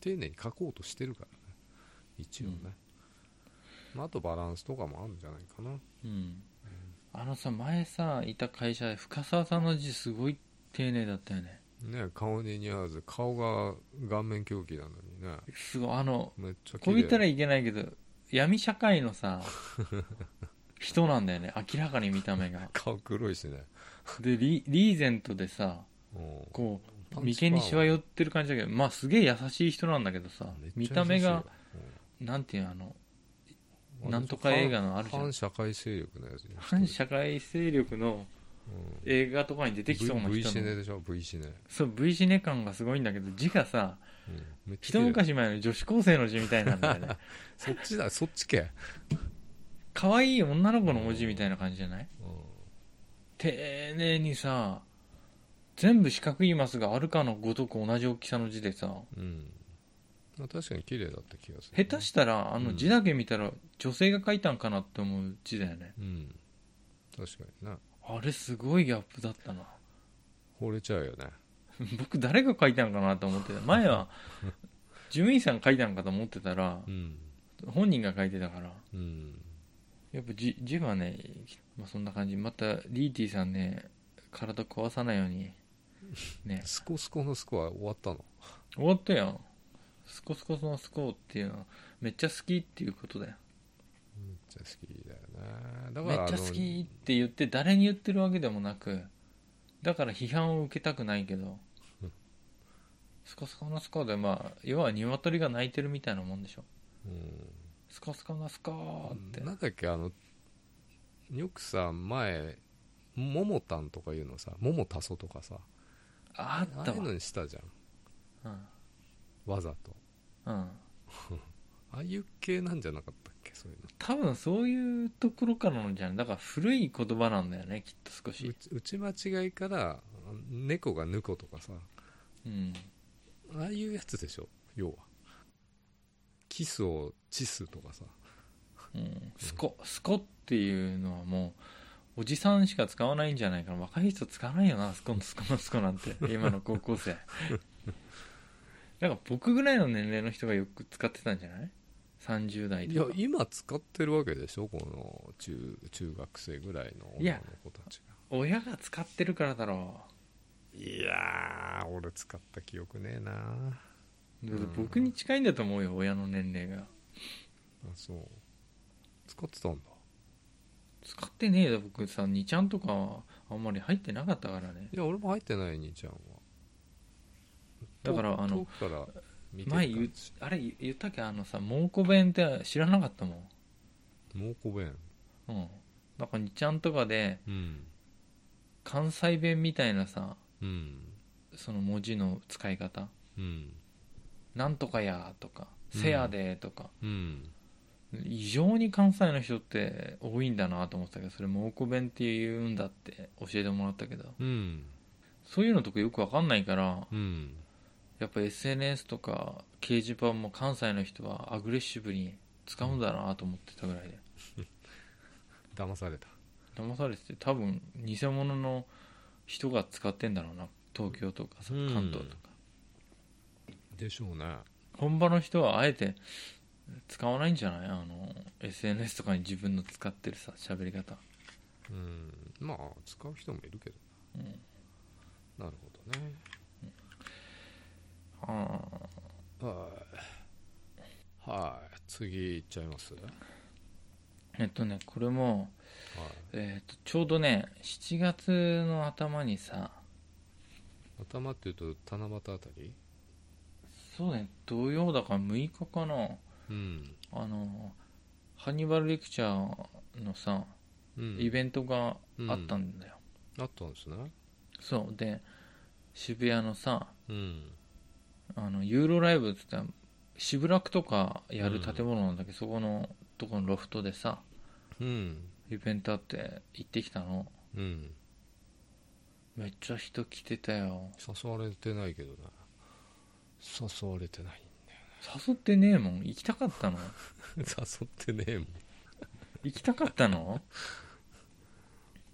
A: 丁寧に書こうとしてるからね一応ね、まあ、あとバランスとかもあるんじゃないかな
B: うんあのさ前さいた会社で深澤さんの字すごい丁寧だったよね
A: ね顔に似合わず顔が顔面狂気なのにね
B: すごいあの
A: めっちゃ
B: こう言ったら
A: い
B: いけないけど闇社会のさ人なんだよね明らかに見た目が
A: 顔黒いしね、
B: でリリーゼントでさ
A: うん
B: こ
A: パ
B: う
A: ンチ
B: 眉間にしわ寄ってる感じだけどまあすげえ優しい人なんだけどさ
A: めっちゃ優し
B: 見
A: いよ
B: た目が
A: う
B: なんていうのあの
A: ん
B: なんとか映画のあるじゃん
A: 反社会勢力のやつね
B: 反社会勢力の
A: うん
B: 映画とかに出てきそうな
A: V, v シ
B: 人
A: ネ
B: の
A: でしょ V シネ、
B: そう V シネ感がすごいんだけど字がさ
A: うん、めっちゃ
B: 一
A: 綺麗
B: 昔前の女子高生の字みたいなんだ
A: (laughs)
B: よね
A: そっち (laughs) だそっちけ、
B: 可愛い女の子の文字みたいな感じじゃない
A: うん
B: 丁寧にさ全部四角いマスがあるかのごとく同じ大きさの字でさ
A: うんまあ、確かに綺麗だった気がする
B: 下手したらあ
A: う
B: の
A: ん
B: 字だけ見たら女性が書いたんかなって思う字だよね
A: うん確かにな
B: あれすごいギャップだったな
A: 惚れちゃうよね
B: (laughs) 僕誰が書いたんかなと思ってた前 (laughs) は事務員さん書いたんかと思ってたら
A: うん
B: 本人が書いてたから
A: うん
B: やっぱ字字はね、まあ、そんな感じまたリーティさんね体壊さないように (laughs) ね
A: スコスコのスコは終わったの
B: 終わったよスコスコのスコーっていうのはめっちゃ好きっていうことだよ
A: めっちゃ好きだよねだ
B: め
A: から
B: っちゃ好きって言って誰に言ってるわけでもなくだから批判を受けたくないけど
A: うん
B: スコスコのスコーでまあ要は鶏が鳴いてるみたいなもんでしょ
A: あの
B: スコスコのスコーっ
A: うん
B: て
A: なんだっけあのよくさ前ももたんとかいうのさももたそとかさ
B: あ
A: あ
B: っ
A: あ
B: た
A: いう
B: わ
A: のにしたじゃん
B: うん
A: わざと
B: うん
A: ああいう系なんじゃなかったっけそういうの
B: 多分そういうところからのじゃんだから古い言葉なんだよねきっと少
A: う
B: し
A: ち打ち間違いからあの猫がぬことかさ
B: うん
A: ああいうやつでしょ要はキスをチスとかさ
B: うんスコスコっていうのはもうおじさんしか使わないんじゃないかな若い人使わないよなスコのスコのスコなんて今の高校生 (laughs) なんか僕ぐらいの年齢の人がよく使ってたんじゃない30代
A: いや
B: とか
A: 今使ってるわけでしょこの中中学生ぐらいの
B: い
A: 女
B: や
A: の子たちが
B: 親が使ってるからだろ
A: いやー俺使った記憶ねえなあ
B: うだって
A: うん
B: 僕に近いんだと思うよ親の年齢が
A: そう使ってたんだ
B: 使ってねえよ僕さ2ちゃんとかあんまり入ってなかったからね
A: いや俺も入ってない兄ちゃんは
B: だから
A: 遠
B: あの
A: 遠くから見てた
B: 前言うあれ言ったっけあのさ蒙古弁って知らなかったもん
A: 蒙古弁
B: うんなんか2ちゃんとかで
A: うん
B: 関西弁みたいなさ
A: うん
B: その文字の使い方
A: うん
B: 「なんとかや」とか「
A: うん
B: せやで」とか、
A: うん
B: 異常に関西の人って多いんだなと思ってたけどそれ蒙古弁って言うんだって教えてもらったけど
A: うん
B: そういうのとかよくわかんないから
A: うん
B: やっぱ SNS とか掲示板も関西の人はアグレッシブに使うんだなと思ってたぐらいで
A: 騙された
B: 騙されてて多分偽物の人が使ってんだろうな東京とかさ
A: うん
B: 関東とか、
A: でしょうね
B: 本場の人はあえて使わないんじゃないあの SNS とかに自分の使ってるさ喋り方
A: うんまあ使う人もいるけど
B: うん
A: ななるほどね
B: あ
A: はいはい次いっちゃいますはい
B: ーえっとねこれも、えっとちょうどね7月の頭にさ
A: 頭っていうと七夕あたり
B: そうね土曜だから6日かな
A: うん
B: あのハンニバルレクチャーのさ
A: うん
B: イベントがあったんだよ、
A: あったんですね
B: そうで渋谷のさ
A: うん
B: あのユーロライブっつったら渋楽とかやる建物なんだけど、そこのとこのロフトでさ
A: うん
B: イベントあって行ってきたの
A: うん
B: めっちゃ人来てたよ
A: 誘われてないけどね誘われてない
B: 誘ってねえもん行きたかったの
A: 誘ってねえもん
B: 行きたかったの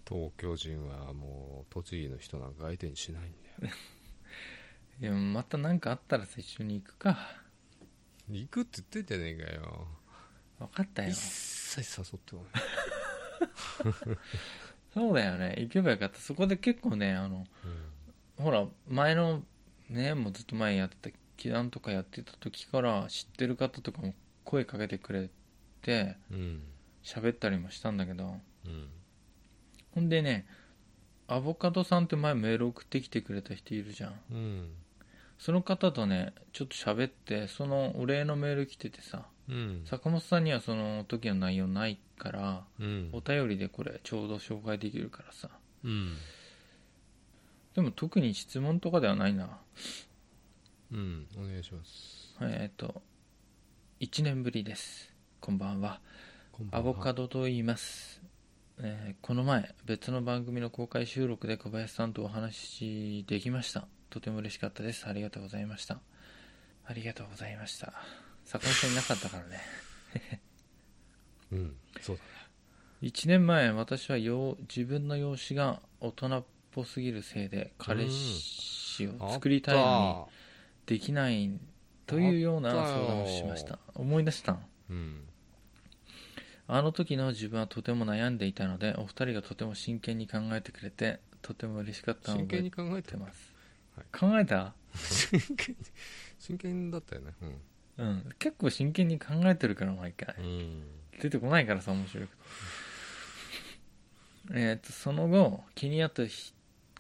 A: 東京人はもう栃木の人なんか相手にしないんだよ
B: いやまた何かあったらさ一緒に行くか
A: 行くって言ってんじゃねえかよ
B: 分かったよ
A: 一切誘ってこない、
B: そうだよね行けばよかったそこで結構ねあの
A: うん
B: ほら前のねもうずっと前やってた祈願とかやってた時から知ってる方とかも声かけてくれて
A: うん
B: 喋ったりもしたんだけど
A: うん
B: ほんでねアボカドさんって前メール送ってきてくれた人いるじゃん
A: うん
B: その方とねちょっと喋ってそのお礼のメール来ててさ
A: うん
B: 坂本さんにはその時の内容ないから
A: うん
B: お便りでこれちょうど紹介できるからさ
A: うん
B: でも特に質問とかではないな
A: うんお願いします
B: えっ、と1年ぶりですこんばんは
A: こんば
B: ア
A: んは
B: ボカドと言います、えーこの前別の番組の公開収録で小林さんとお話しできましたとても嬉しかったですありがとうございましたありがとうございました坂本さんいなかったからね
A: うんそうだね
B: 1年前私はよう自分の容姿が大人っぽすぎるせいで彼氏を作りたいのにできないというような
A: あったよ
B: 相談をしました思い出した
A: うん
B: あの時の自分はとても悩んでいたのでお二人がとても真剣に考えてくれてとても嬉しかったのを
A: 真
B: 覚
A: 剣
B: え
A: に考えて
B: てます、
A: はい
B: 考えた
A: 真剣に真剣だったよねうん
B: うん結構真剣に考えてるから毎回
A: うん
B: 出てこないからさ面白いことえっとその後気になったひ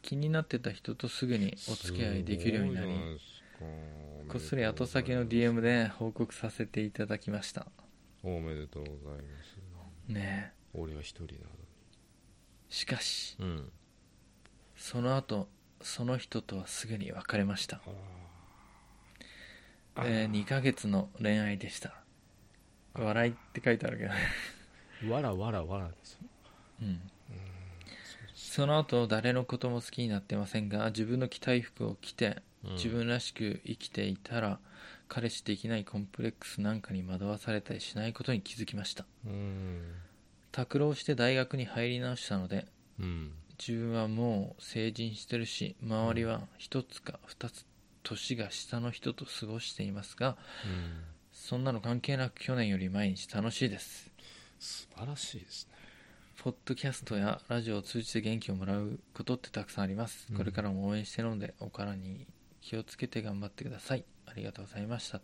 B: 気になってた人とすぐにお付き合いできるようになりこっそり後先の DM で報告させていただきました
A: おめでとうございます
B: ねえ
A: 俺は一人なのに
B: しかし
A: うん
B: その後その人とはすぐに別れました、
A: あー
B: え2ヶ月の恋愛でした笑いって書いてあるけどね、 (laughs)
A: わらわらわらですよ
B: うん、
A: そ
B: その後誰のことも好きになってませんが自分の着たい服を着て
A: ううん
B: 自分らしく生きていたら彼氏できないコンプレックスなんかに惑わされたりしないことに気づきました
A: うん
B: 拓郎して大学に入り直したので
A: うん
B: 自分はもう成人してるし周りは一つか二つ年が下の人と過ごしていますが
A: うん
B: そんなの関係なく去年より毎日楽しいです
A: 素晴らしいですね
B: ポッドキャストやラジオを通じて元気をもらうことってたくさんあります、
A: うん
B: これからも応援してるのでお体に気をつけて頑張ってくださいありがとうございました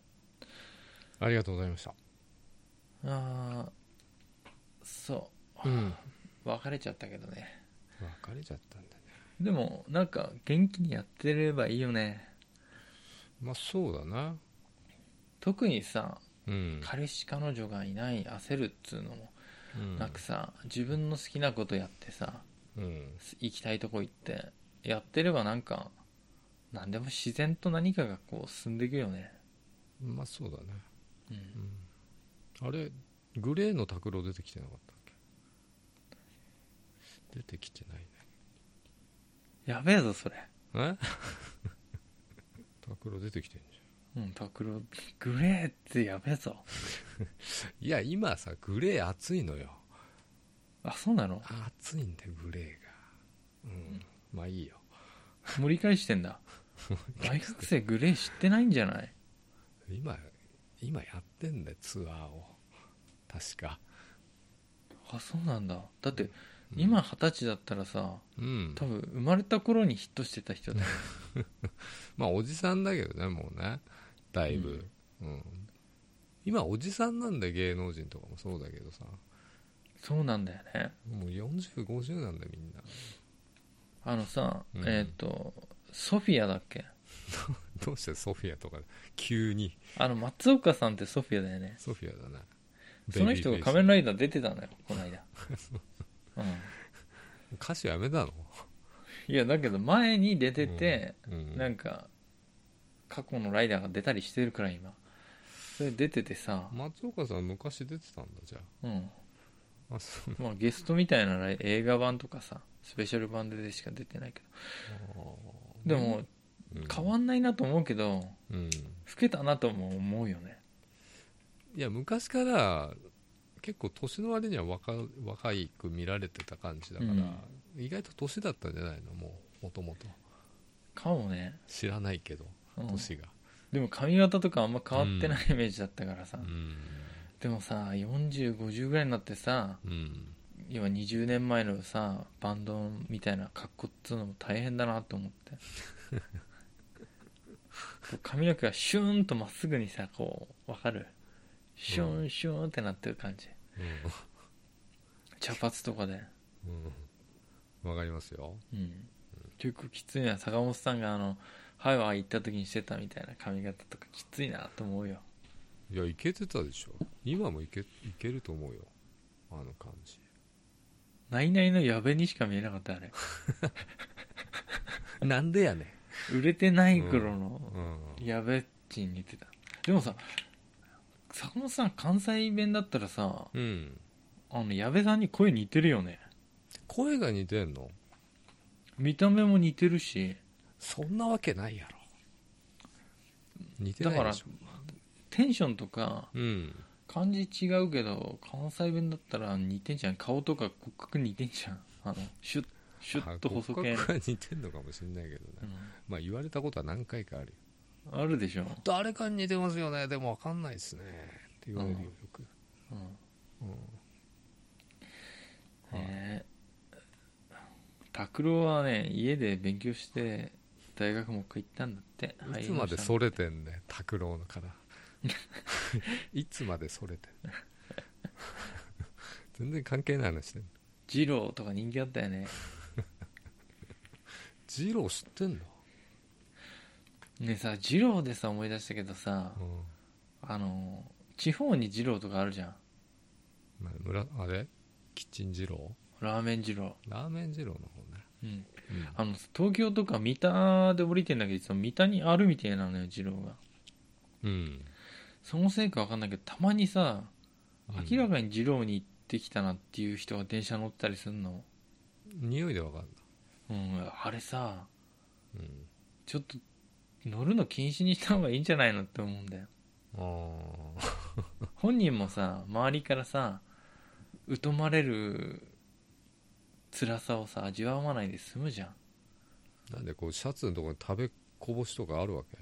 A: ありがとうございました
B: あーそう、
A: うん
B: 別れちゃったけどね
A: 別れちゃったんだね
B: でもなんか元気にやってればいいよね
A: まあそうだな
B: 特にさ
A: うん
B: 彼氏彼女がいない焦るっつうのも
A: うん
B: なくさ、自分の好きなことやってさ
A: うん
B: 行きたいとこ行ってやってればなんか何でも自然と何かがこう進んでいくよね
A: まあそうだね
B: うん
A: うんあれグレーの拓郎出てきてなかったっけ出てきてない
B: やべえぞそれ
A: ねえ (laughs) 拓郎出てきてんじ
B: うん拓郎グレーってやべえぞ
A: ゃんいや今さグレー熱いのよ
B: あそうなの
A: 熱いんだよグレーがうんまあいいよ
B: 盛り返してん (laughs) だ大学生グレー知ってないんじゃない
A: 今今やってんだよツアーを確か
B: あそうなんだだって
A: うん
B: 今二十歳だったらさ
A: うん
B: 多分生まれた頃にヒットしてた人だよ
A: まあおじさんだけどねもうねだいぶ、うん今おじさんなんだよ芸能人とかもそうだけどさ
B: そうなんだよね
A: もう4050なんだよみんな
B: あのさ、
A: うん
B: えっ、とソフィアだっけ
A: どうしてソフィアとか急に
B: あの松岡さんってソフィアだよね
A: ソフィアだな
B: その人が仮面ライダー出てたのよこの
A: (laughs)
B: 間、う
A: 歌手やめたの
B: ん、いやだけど前に出てて、
A: うん
B: なんか過去のライダーが出たりしてるくらい今それ出ててさ、
A: 松岡さん昔出てたんだじゃ
B: うん
A: ああそう
B: まあ、ゲストみたいなライ映画版とかさスペシャル版でしか出てないけどでも
A: うん
B: 変わんないなと思うけど
A: うん
B: 老けたなとも思うよね
A: いや昔から結構年の割には若若いく見られてた感じだから、意外と年だったんじゃないのもうもともと
B: かもね、
A: 知らないけど
B: うん
A: 年が
B: でも髪型とかあんま変わってないイメージだったからさ、
A: うん
B: でもさ4050ぐらいになってさ
A: うん
B: 今20年前のさバンドみたいな格好っつうのも大変だなと思って
A: (laughs)
B: こう髪の毛がシューンとまっすぐにさこうわかるシューンシューンってなってる感じ、茶髪とかで
A: うんうんわかりますよ
B: うん結構きついな坂本さんがあのハワイ行った時にしてたみたいな髪型とかきついなと思うよ
A: いやいけてたでしょ今もいけいけると思うよあの感じ
B: ナイナイの矢部にしか見えなかったあれ
A: (laughs) なんでやね
B: 売れてない頃の
A: ん、うん、
B: 矢部っちに似てたでもさ坂本さん関西弁だったらさ
A: うん、
B: あの矢部さんに声似てるよね
A: 声が似てんの
B: 見た目も似てるし
A: そんなわけないやろ似て
B: だ
A: な
B: か
A: いで
B: ら
A: しょ
B: テンションとか
A: うん
B: 感じ違うけど関西弁だったら似てんじゃん顔とか骨格似てんじゃんあのシュッシュッと細
A: あ
B: 系
A: 骨格は似てんのかもしんないけどね、まあ言われたことは何回かあるよ
B: うんあるでしょ、
A: 誰かに似てますよねでもわかんないですねって言われるよ
B: うん
A: よく、
B: うん
A: うんはい
B: ね拓郎はね家で勉強して大学もう一回行ったんだって
A: いつまで
B: そ
A: それてんねん拓郎のから (laughs) いつまでそれてんねん (laughs) 全然関係ない話してんの
B: 二郎とか人気あったよね
A: 二郎知ってんの、
B: ねえさ二郎でさ思い出したけどさ
A: うん
B: あの地方に二郎とかあるじゃん
A: まあ村あれキッチン二郎
B: ラーメン二郎
A: ラーメン二郎の方ね、
B: うん
A: うん
B: あの東京とか三田で降りてんだけどその三田にあるみたいなのよ二郎が
A: うん、
B: そのせいか分かんないけどたまにさ明ら
A: か
B: かに二郎に行ってきたなっていう人が電車乗ってたりするの
A: 匂いでわかるんだ、
B: うんあれさ
A: うん、
B: ちょっと乗るの禁止にした方がいいんじゃないのって思うん (laughs) だよ
A: あ
B: 本人もさ周りからさ疎まれる辛さをさ味わわないで済むじゃん
A: ーなんでこうシャツのところに食べこぼしとかあるわけ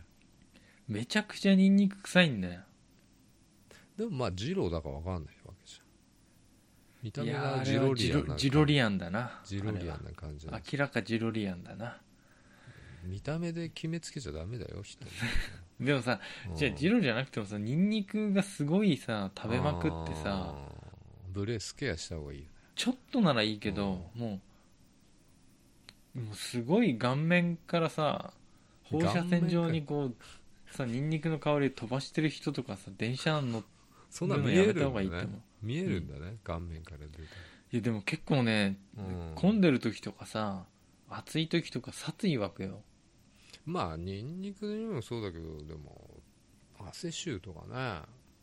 B: めちゃくちゃニンニク臭いんだよ
A: でもまあ二郎だからわかんないわけじゃん見た
B: い
A: 目
B: やー
A: が
B: あ
A: ジ
B: れ
A: ロ
B: は
A: リ
B: ジ
A: アン
B: ロ
A: な感じ
B: ジロリアンだな
A: ジロリアン
B: あ
A: な感じ
B: れ
A: な
B: は
A: んです
B: 明らかジロリアンだな
A: 見た目で決めつけちゃダメだよ人に
B: でもさ
A: うん
B: (laughs) じゃあジロじゃなくてもさニンニクがすごいさ食べまくってさ
A: あーブレスケアした方がいいよね
B: ちょっとならいいけど、もうもうすごい顔面からさ放射線状にこうさニンニクの香り飛ばしてる人とかさ電車乗っ
A: そんな見
B: でも
A: え
B: やめた
A: る
B: 方
A: ん
B: が
A: だ
B: いいと
A: ね
B: 思う
A: 見えるんだね、顔面から出て、
B: いやでも結構ね、
A: うん
B: 混んでる時とかさ暑い時とか殺意湧くよ
A: まあニンニクにもそうだけどでも汗臭とか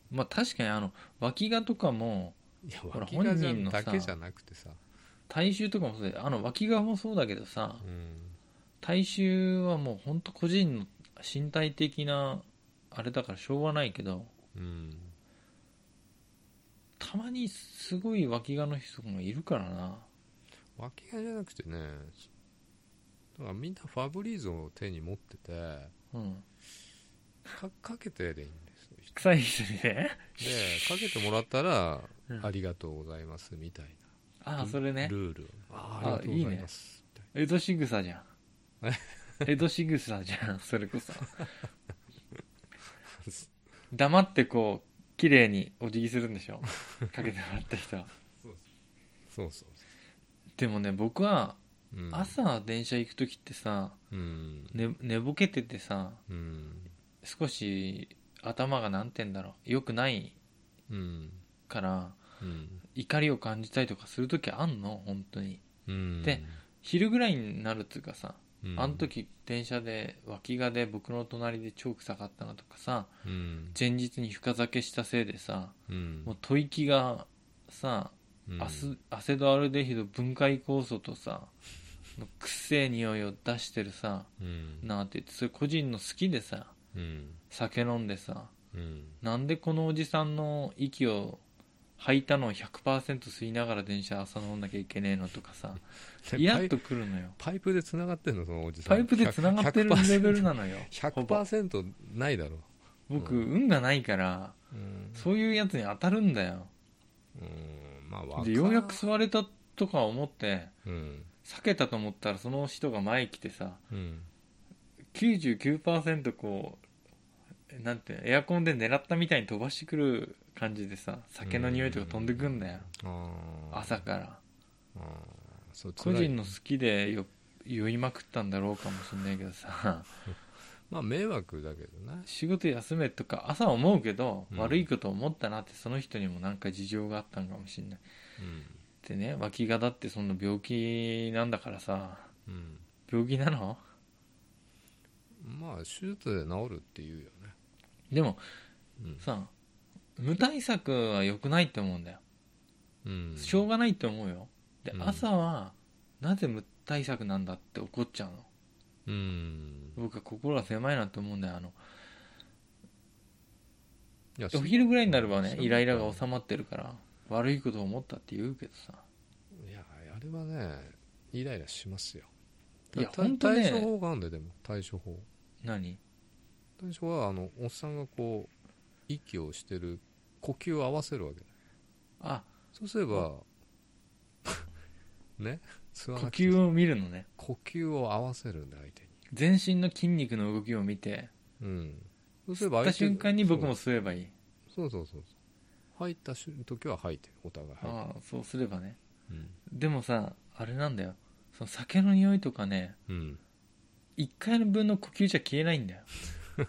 B: まあ確かにあの脇がとかも
A: ねいや
B: ほら
A: 脇がじゃ
B: 本人のさ
A: だけじゃなくてさ、
B: 体臭とかもそうだけどあの脇がもそうだけどさ
A: うん、
B: 体臭はもうほんと個人の身体的なあれだからしょうがないけど
A: うん、
B: たまにすごい脇がの人もいるからな
A: 脇がじゃなくてねだからみんなファブリーズを手に持ってて
B: うん
A: かかけてでいいんですよ
B: 臭いですね
A: でかけてもらったら、
B: うん
A: ありがとうございますみたい
B: あ
A: な
B: あそれね
A: ルールあ
B: あ
A: ありがとうございますみたい
B: 江戸仕草じゃん (laughs)
A: え
B: 江戸仕草じゃんそれこそ
A: な
B: 黙ってこう綺麗にお辞儀するんでしょかけてもらった人は
A: そうそう
B: でもね僕は
A: そう、うん、
B: 朝電車行く時ってさ、
A: うん
B: ね、寝ぼけててさ
A: うん
B: 少し頭が何て言うんだろう良くない
A: うん
B: から
A: うん
B: 怒りを感じたりとかする時あんの本当に
A: うん
B: で昼ぐらいになるっつうかさ、
A: うん
B: あの時電車で脇がで僕の隣で超臭かったのとかさ
A: うん
B: 前日に深酒したせいでさ
A: うん
B: もう吐息がさ
A: うん
B: アスアセドアルデヒド分解酵素とさのくっせえ匂いを出してるさ
A: うん
B: なあって言ってそれ個人の好きでさ
A: うん
B: 酒飲んでさ
A: うん
B: なんでこのおじさんの息を吐いたのを100%吸いながら電車朝飲んなきゃいけねえのとかさ
A: で
B: イラッ
A: パイ
B: とくるのよ
A: パイプでつながってんのそのおじさん
B: パイプでつながってるレベルなのよほぼ
A: 100%ないだろ
B: 僕運がないから
A: うん
B: そういうやつに当たるんだよ
A: うんまあわか
B: でようやく座れたとか思って
A: うん
B: 避けたと思ったらその人が前来てさ
A: うん
B: 99%こうなんてエアコンで狙ったみたいに飛ばしてくる感じでさ酒の匂いとか飛んでくんだよ
A: あー
B: 朝から
A: あーそう
B: 個
A: 辛い
B: 人の好きでよ酔いまくったんだろうかもしんないけどさ (laughs)
A: まあ迷惑だけどね
B: 仕事休めとか朝思うけど、
A: うん
B: 悪いこと思ったなってその人にもなんか事情があったんかもしんない
A: うん
B: でね脇がだってその病気なんだからさ
A: うん
B: 病気なの
A: まあ手術で治るって言うよね
B: でも
A: うん
B: さ無対策は良くないって思うんだよ
A: うん
B: しょうがないって思うよで、
A: うん
B: 朝はなぜ無対策なんだって怒っちゃうの
A: うん
B: 僕は心が狭いなって思うんだよあの
A: いや
B: お昼ぐらいになれば
A: そ
B: ね
A: う
B: イライラが収まってるから悪いことを思ったって言うけどさ
A: いやあれはねイライラしますよ
B: いや
A: た
B: ほんとね
A: 対処法があるんだよでも対処法
B: 何
A: 対処法はあのおっさんがこう息をしてる呼吸を合わせるわけだ
B: あ
A: そうすれば (laughs) ね吸
B: 呼
A: わなくて
B: 吸を見るのね
A: 呼吸を合わせるんだ相手に
B: 全身の筋肉の動きを見て
A: うんそうすれば
B: 吸った
A: 相手
B: 瞬間に僕も吸えばいい
A: そうそうそうそう入ったし時は吐いてるお互い吐いて
B: ああそうすればね
A: る
B: でもさあれなんだよその酒の匂いとかね
A: うん、うん、
B: 1回の分の呼吸じゃ消えないんだよ (laughs)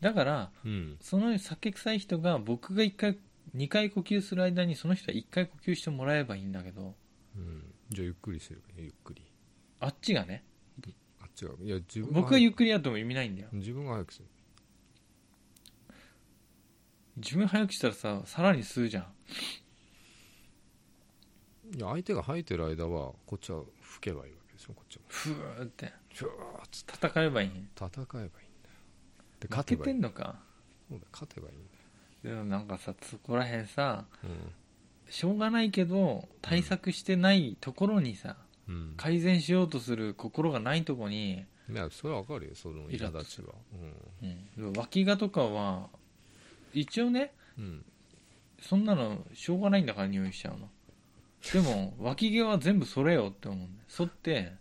B: だから
A: うん
B: その酒臭い人が僕が1回2回呼吸する間にその人は1回呼吸してもらえばいいんだけど
A: うん、じゃあゆっくりすればいいよゆっくり
B: あっちがね
A: あ違ういや自分が
B: 僕がゆっくりやっても意味ないんだよ
A: 自分が早くする
B: 自分早くしたらささらに吸うじゃん
A: いや相手が吐いてる間はこっちは吹けばいいわけでしょこっちは
B: ふーって
A: ふわーっつって
B: 戦えばいいん
A: 戦えばいいんだよで
B: 負
A: 勝て
B: け
A: ば
B: て
A: いい
B: んのか
A: そうだよ勝てばいいん
B: でもなんかさそこらへんさ
A: だよ
B: しょうがないけど対策してないところに
A: うん、
B: さ
A: うん
B: 改善しようとする心がないとこに、
A: いやそれはわかるよその苛立ちは
B: うん、脇がとかは一応ね
A: うん、うん、
B: そんなのしょうがないんだから匂いしちゃうのでも (laughs) 脇毛は全部それよって思うんだよ剃って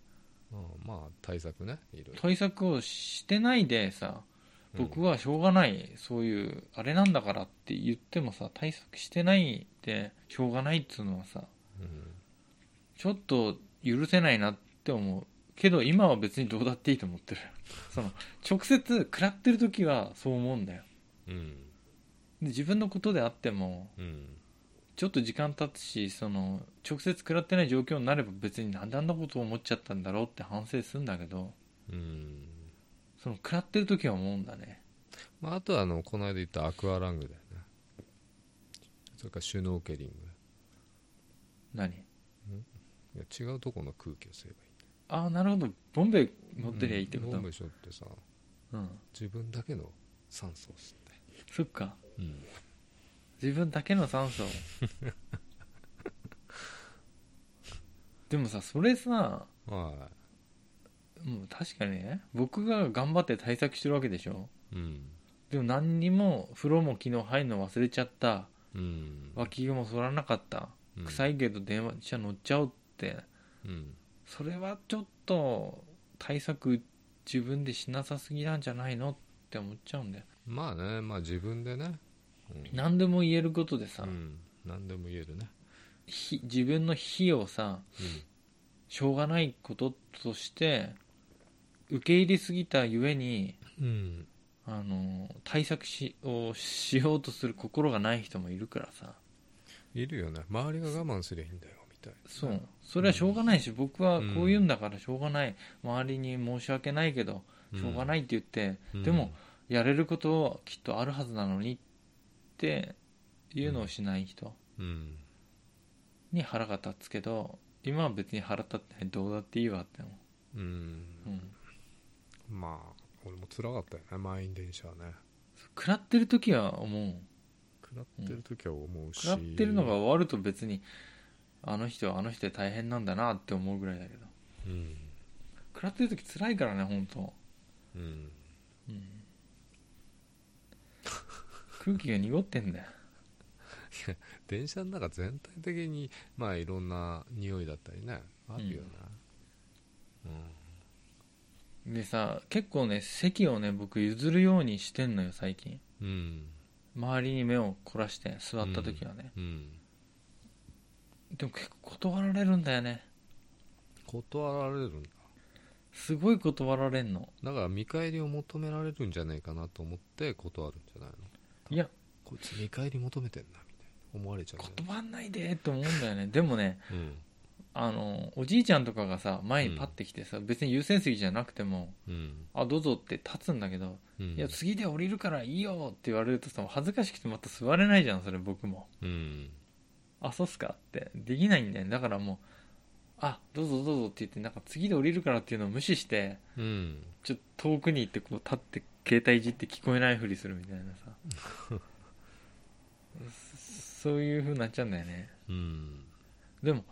A: まあまあ対策ねいろいろ
B: 対策をしてないでさ僕はしょうがない、そういうあれなんだからって言ってもさ対策してないでしょうがないっつうのはさ
A: うん
B: ちょっと許せないなって思うけど今は別にどうだっていいと思ってる (laughs) その直接食らってる時はそう思うんだよ
A: うん
B: で自分のことであっても
A: うん
B: ちょっと時間経つしその直接食らってない状況になれば別になんであんなことを思っちゃったんだろうって反省するんだけど
A: うん
B: その食らってる時は思うんだね
A: まあ、あとはあのこの間言ったアクアラングだよねそれからシュノーケリング
B: 何
A: いや違うとこの空気を吸えばいい
B: ああなるほどボンベイ乗ってりゃいいってこと、
A: ボンベショってさ
B: うん、
A: 自分だけの酸素を吸って
B: そっか
A: うん
B: 自分だけの
A: (laughs)
B: 酸素でもさそれさ
A: は
B: もう確かにね僕が頑張って対策してるわけでしょ
A: いうん
B: でも何にも風呂も昨日入るの忘れちゃった
A: うん
B: 脇毛も剃らなかった、臭いけど電話車乗っちゃおうって
A: うん
B: それはちょっと対策自分でしなさすぎなんじゃないのって思っちゃうんだよ
A: まあねまあ自分でねうん
B: 何でも言えることでさ、
A: うん何でも言えるね
B: ひ自分の非をさしょうがないこととして受け入れすぎたゆえに
A: うんうん
B: あの対策しをしようとする心がない人もいるからさ
A: いるよね周りが我慢すりゃいいんだよみたいな
B: そうそれはしょうがないし、僕はこういうんだからしょうがない周りに申し訳ないけどしょうがないって言って、
A: うん
B: でもやれることはきっとあるはずなのにっていうのをしない人
A: うん
B: に腹が立つけど今は別に腹立ってないどうだっていいわって思
A: うん
B: う、うん、
A: まあ俺も辛かったよね満員電車はね
B: 食らってる時は思う
A: 食らってる時は思うし
B: 食らってるのが終わると別にあの人はあの人で大変なんだなって思うぐらいだけど
A: うん
B: 食らってる時辛いからね本当
A: うん (laughs)
B: うん、空気が濁ってんだよ
A: 電車の中全体的にまあいろんな匂いだったりねあるよね
B: でさ結構ね席をね僕譲るようにしてんのよ最近
A: うんうん
B: 周りに目を凝らして座った時はね、
A: うん
B: でも結構断られるんだよね
A: 断られるんだ
B: すごい断られんの
A: だから見返りを求められるんじゃないかなと思って断るんじゃないの
B: いや
A: こいつ見返り求めてんなみたいな思われちゃうんじ
B: 断んないでって思うんだよねでもね
A: ゃない
B: あのおじいちゃんとかがさ前にパッて来てさ、別に優先席じゃなくても
A: うんうん
B: あどうぞって立つんだけど、
A: うん
B: いや次で降りるからいいよって言われるとさ恥ずかしくてまた座れないじゃんそれ僕も
A: うん
B: あそうっすかってできないんだよねだからもうあどうぞどうぞって言ってなんか次で降りるからっていうのを無視して
A: うん
B: ちょっと遠くに行ってこう立って携帯いじって聞こえないふりするみたいなさ (laughs) そそういう風になっちゃうんだよね
A: うん
B: でも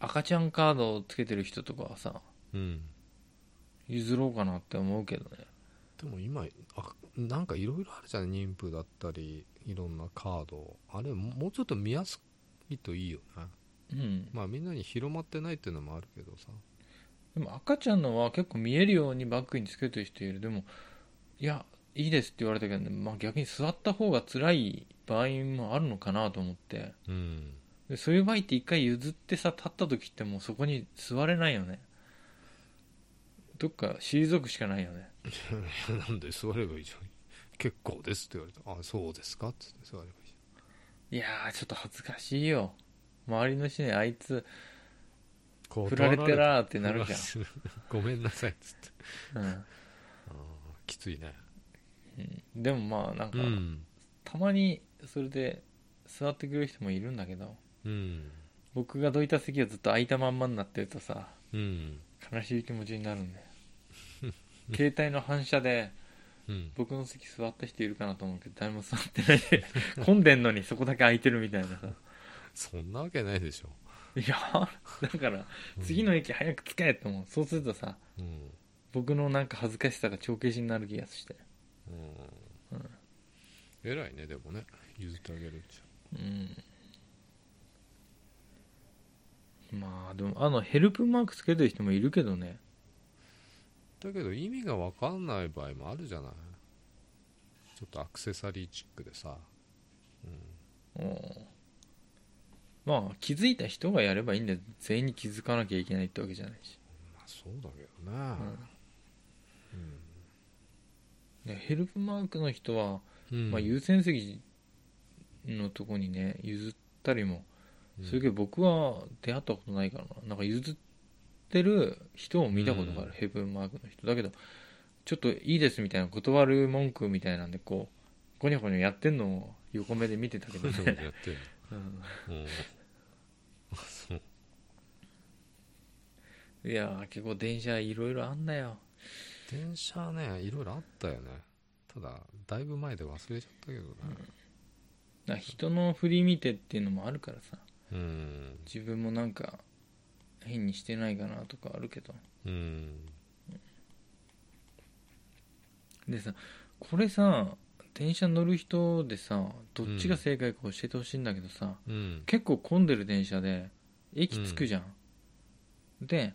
B: 赤ちゃんカードをつけてる人とかはさ
A: うん
B: 譲ろうかなって思うけどね
A: でも今あなんかいろいろあるじゃん妊婦だったりいろんなカードあれももうちょっと見やすいといいよね
B: うん
A: まあみんなに広まってないっていうのもあるけどさ
B: でも赤ちゃんのは結構見えるようにバッグにつけてる人いるでもいやいいですって言われたけど、ねまあ、逆に座った方が辛い場合もあるのかなと思って
A: (laughs) うん
B: でそういう場合って一回譲ってさ立った時ってもうそこに座れないよねどっか退くしかないよね
A: なんで座ればいいじゃん結構ですって言われたあそうですかっつって座ればいいじ
B: いやーちょっと恥ずかしいよ周りの人にあいつ
A: こう
B: 振られてらーってなるじ
A: 振られてる (laughs) ごめんなさいっつって
B: ゃん、うん
A: あーきついね
B: うん、でもまあなんか、
A: うん
B: たまにそれで座ってくれる人もいるんだけど
A: うん
B: 僕がどいた席がずっと空いたまんまになってるとさ
A: うん
B: 悲しい気持ちになる
A: (laughs)
B: んだよ携帯の反射で
A: うん
B: 僕の席座った人いるかなと思うけど誰も座ってない (laughs) で混んでんのにそこだけ空いてるみたいなさ
A: そんなわけないでしょ、
B: いやだから次の駅早く使えって思うそうするとさ
A: うん
B: 僕のなんか恥ずかしさが帳消しになる気がして
A: う
B: うんん、
A: 偉いねでもね譲ってあげるじ
B: うんまあでもあのヘルプマークつけてる人もいるけどね
A: ゃんだけど意味が分かんない場合もあるじゃないちょっとアクセサリーチックでさ、
B: うんまあ気づいた人がやればいいんで全員に気づかなきゃいけないってわけじゃないし、
A: まあ、そうだけど
B: う
A: なんうん、
B: でヘルプマークの人は、
A: うん
B: まあ、優先席のとこにね譲ったりも
A: うん
B: するけど僕は出会ったことないからななんか譲ってる人を見たことがあ
A: う
B: る、
A: ん
B: ヘルプマークの人だけどちょっといいですみたいな断る文句みたいなんでこうゴニョゴニョやってんのを横目で見てたけど
A: そういう
B: ね
A: のやってる
B: うん
A: のうんあそう
B: いやー結構電車いろいろあんだよ
A: 電車ねいろいろあったよねただだいぶ前で忘れちゃったけどね
B: なんか人の振り見てっていうのもあるからさ
A: うん
B: 自分もなんか変にしてないかなとかあるけど
A: うん
B: でさこれさ電車乗る人でさどっちが正解か教えてほしいんだけどさ、
A: うん
B: 結構混んでる電車で駅着くじゃん、で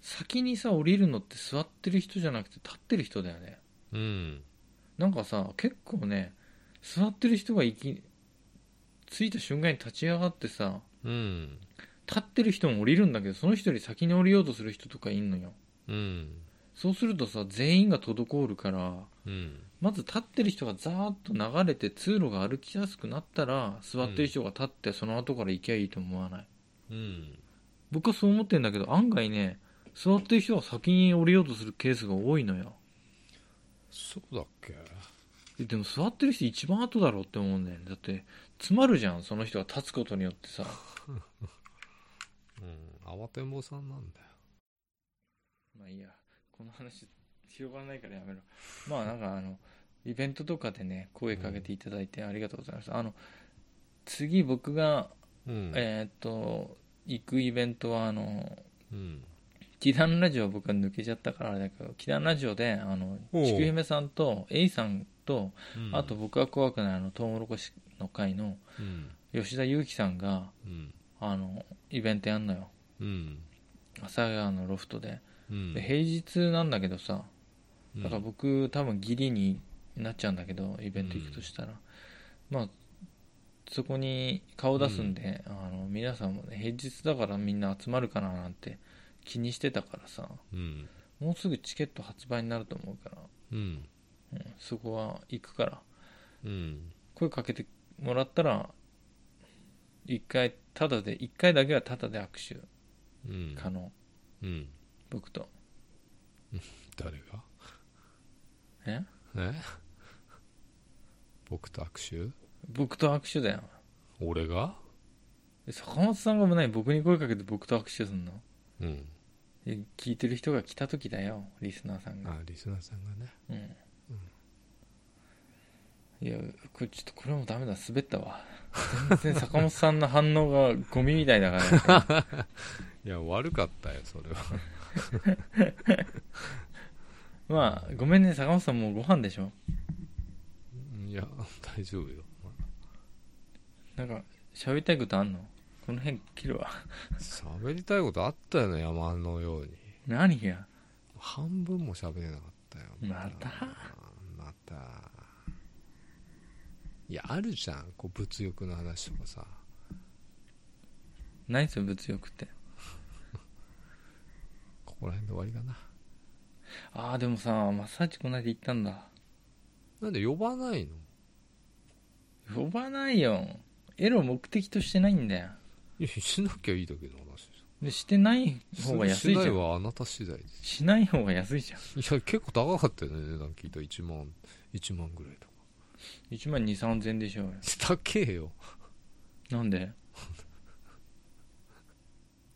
B: 先にさ降りるのって座ってる人じゃなくて立ってる人だよね
A: うん
B: なんかさ結構ね座ってる人が行き着いた瞬間に立ち上がってさ
A: うん
B: 立ってる人も降りるんだけどその人より先に降りようとする人とかいんのよ
A: うん
B: そうするとさ全員が滞るから
A: うん
B: まず立ってる人がザーッと流れて通路が歩きやすくなったら座ってる人が立ってその後から行きゃいいと思わない
A: うん
B: 僕はそう思ってんだけど案外ね座ってる人は先に降りようとするケースが多いのよ
A: そうだっけ
B: えでも座ってる人一番後だろうって思うんだよねだって詰まるじゃんその人が立つことによってさ、
A: うん慌てんぼさんなんだよ
B: まあいいやこの話広がらないからやめろまあなんかあのイベントとかでね声かけていただいてありがとうございます、あの次僕が
A: うん
B: えーっと行くイベントはあの
A: うん
B: 祈願ラジオ僕は抜けちゃったからあれだけど祈願ラジオであの
A: おう
B: ちくひめさんとエイさんと
A: うん
B: あと僕は怖くないあのトウモロコシの会の
A: うん
B: 吉田裕樹さんが
A: うん
B: あのイベントやんのよ
A: うん
B: 阿佐ヶ谷のロフトで
A: うん
B: で平日なんだけどさ
A: うん
B: だから僕多分ギリになっちゃうんだけどイベント行くとしたら、まあそこに顔出すんで、あの皆さんもね平日だからみんな集まるかななんて気にしてたからさ
A: うん
B: もうすぐチケット発売になると思うから、
A: うん
B: うん、そこは行くから
A: うん
B: 声かけてもらったら一回タダで一回だけはタダで握
A: うん
B: 手可能、
A: うん
B: 僕と
A: 誰が
B: え
A: え僕と握
B: 僕と握手だよ
A: 手俺が
B: え坂本さんがもう何僕に声かけて僕と握手すんの
A: うん
B: え聞いてる人が来た時だよリスナーさんが
A: あリスナーさんがね
B: うん、いやこれちょっとこれもダメだ滑ったわ全然坂本さんの反応がゴミみた
A: (laughs)
B: いだから、
A: いや悪かったよそれは
B: まあごめんね坂本さんもうご飯でしょ
A: いや大丈夫よ
B: なんか喋りたいことあんのこの辺切るわ
A: 喋りたいことあったよね山のように
B: 何や
A: 半分も喋れなかったよ
B: また
A: またいやあるじゃんこう物欲の話とかさ
B: 何それ物欲って
A: ここら辺で終わりかな
B: ああでもさマッサージこないで行ったんだ
A: なんで呼ばないの
B: 呼ばないよエロを目的としてないんだよ
A: いやしなきゃいいだけの話
B: でしてない
A: です
B: 方が安い
A: し
B: じ
A: な
B: ゃ
A: い
B: ん
A: はあなた次第です
B: しない方が安いじゃん
A: いや結構高かったよね値段聞いた1万1万ぐらいとか
B: 1万2 3千円でしょうよ
A: 高えよ
B: なんで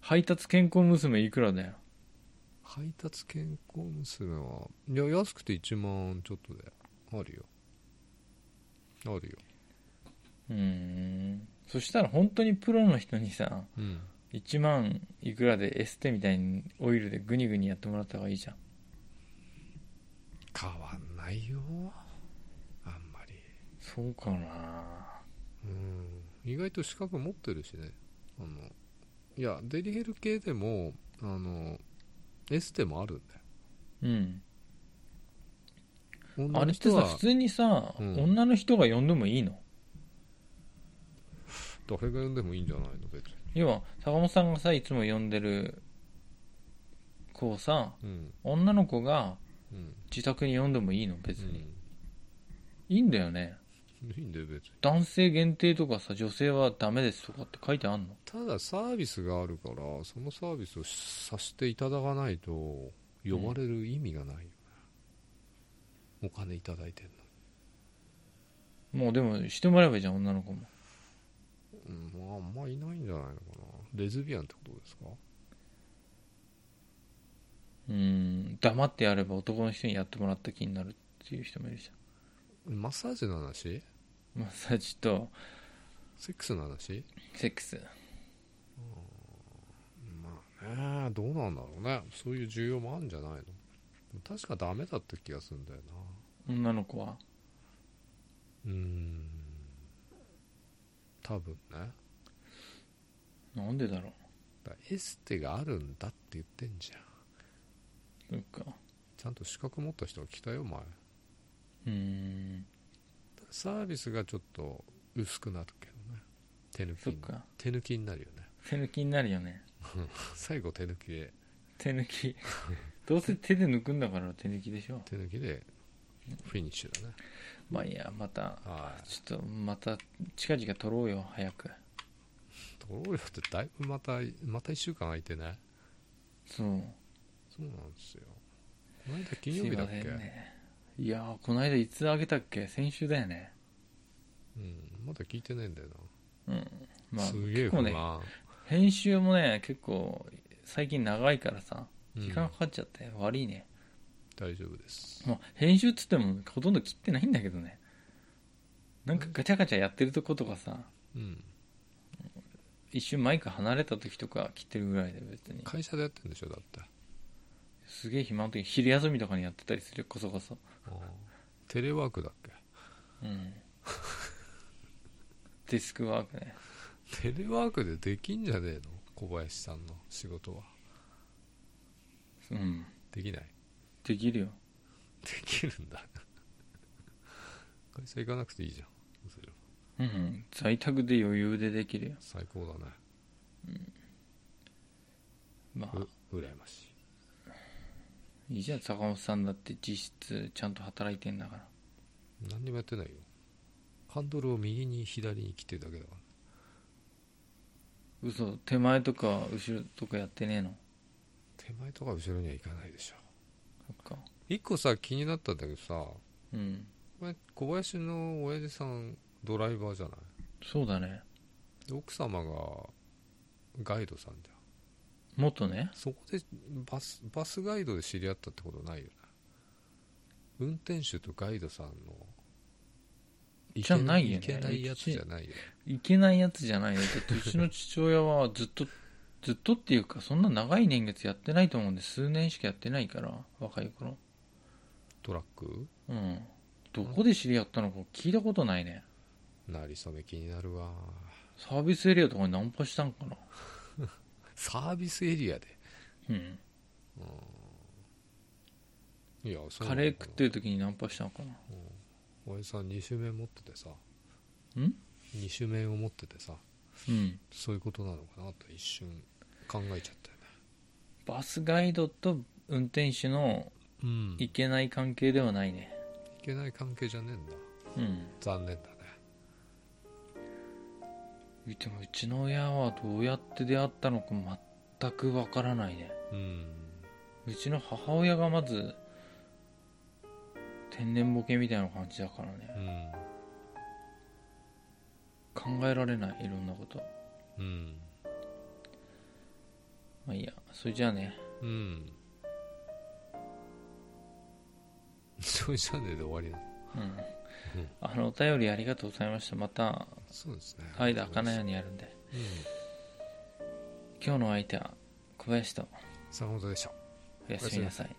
B: 配達健康娘いくらだよ
A: 配達健康娘はいや安くて1万ちょっとであるよあるよ
B: うーんそしたら本当にプロの人にさ
A: うん
B: 1万いくらでエステみたいにオイルでグニグニやってもらった方がいいじゃん
A: 変わんないよあんまり
B: そうかな
A: うん意外と資格持ってるしねあのいやデリヘル系でもあのエステもあるんだよ
B: うん
A: 女
B: あ
A: の
B: れって
A: 人
B: さ
A: は
B: 普通にさ、
A: うん
B: 女の人が呼んでもいいの
A: 誰が呼んでもいいんじゃないの別に
B: 要は坂本さんがさいつも呼んでる子をさ
A: うん
B: 女の子が
A: うん
B: 自宅に呼んでもいいの別
A: う
B: に、
A: ん
B: いいんだよね
A: いいんだよ別に
B: 男性限定とかさ女性はダメですとかって書いてあんの
A: ただサービスがあるからそのサービスをさせていただかないと呼ばれる意味がないよね、お金いただいてんの
B: もうでもしてもらえばいいじゃん女の子も
A: うんまああんまいないんじゃないのかなレズビアンってことですか
B: うーん黙ってやれば男の人にやってもらった気になるっていう人もいるじ
A: マッサージの話
B: ゃんマッサージと
A: セックスの話
B: セックス
A: まあねどうなんだろうねそういう需要もあるんじゃないのでも確かダメだった気がするんだよな
B: 女の子は
A: うーん多分ね
B: なんでだろ
A: だからエステがあるんだって言ってんじゃん
B: うそっか
A: ちゃんと資格持った人が来たよ前
B: うーん
A: サービスがちょっと薄くなるけどね手抜き
B: そっ
A: に
B: か
A: 手抜きになるよね
B: 手抜きになるよね
A: 最後手抜きで
B: 手抜きどうせ手で抜くんだから手抜きでしょ
A: 手抜きでフィニッシュだね
B: まあいいやまた
A: はい
B: ちょっとまた近々撮ろうよ早く
A: 取ろうよってだいぶまたまた1週間空いてね
B: そ
A: そ
B: う
A: うなんですよこの間金曜日だっけ、
B: すいませんねいやーこの間いつあげたっけ先週だよね
A: うんまだ聞いてないんだよな、
B: うんまあ
A: すげえ
B: 結
A: 不
B: 構
A: 安、
B: ね編集もね結構最近長いからさ
A: うん
B: 時間かかっちゃって、悪いね
A: 大丈夫です
B: もう編集っつってもほとんど切ってないんだけどねなんかガチャガチャやってるとことかさ
A: うん
B: 一瞬マイク離れた時とか切ってるぐらいで別に
A: 会社でやってんでしょだって
B: すげえ暇の時昼休みとかにやってたりするよこそこそ
A: テレワークだっけ
B: うん
A: (laughs)
B: デスクワークね
A: テレワークでできんじゃねえの小林さんの仕事は
B: うん
A: できない
B: できるよ
A: できるんだ (laughs) 会社行かなくていいじゃんそれは
B: うん在宅で余裕でできるよ
A: 最高だね
B: まあ
A: う羨ましい
B: いいじゃん坂本さんだって実質ちゃんと働いてんだから
A: 何にもやってないよハンドルを右に左に切ってるだけだから
B: 嘘手前とか後ろとかやってねえの
A: 手前とか後ろには行かないでしょ
B: そっか
A: 一個さ気になったんだけどさ
B: うん
A: お前小林の親父さんドライバーじゃない
B: そうだね
A: で奥様がガイドさんじゃん
B: もっとね
A: そこでバスバスガイドで知り合ったってことないよね運転手とガイドさんのい
B: じゃないよね
A: いけないやつじゃないよね
B: いけないやつじゃないよだってうちの父親はずっとずっとっていうかそんな長い年月やってないと思うんで数年しかやってないから若い頃
A: トラック
B: うんどこで知り合ったのか聞いたことないね
A: なりそめ気になるわ
B: サービスエリアとかにナンパしたんかな
A: サービスエリアで
B: うん
A: いやそうな
B: カ
A: のか
B: レ
A: な
B: ー食ってる時にナンパしたんかな
A: 親父さん二種面持っててさ
B: ん
A: 二種面を持っててさ
B: うん
A: そういうことなのかなと一瞬考えちゃったよね
B: バスガイドと運転手の
A: うん
B: いけない関係ではないね
A: いけない関係じゃねえんだ
B: うん
A: 残念だね
B: でもうちの親はどうやって出会ったのか全くわからないね
A: うん
B: うちの母親がまず天然ボケみたいな感じだから
A: う
B: ね
A: ん
B: 考えられないいろんなこと
A: うん
B: まあいいやそれじゃあね
A: うんそれじゃねえで終わりな
B: うんあのお便りありがとうございましたまた
A: そうですね
B: 間開かないようにやるんで
A: うん
B: 今日の相手は小林と
A: 坂本でした
B: おやすみなさい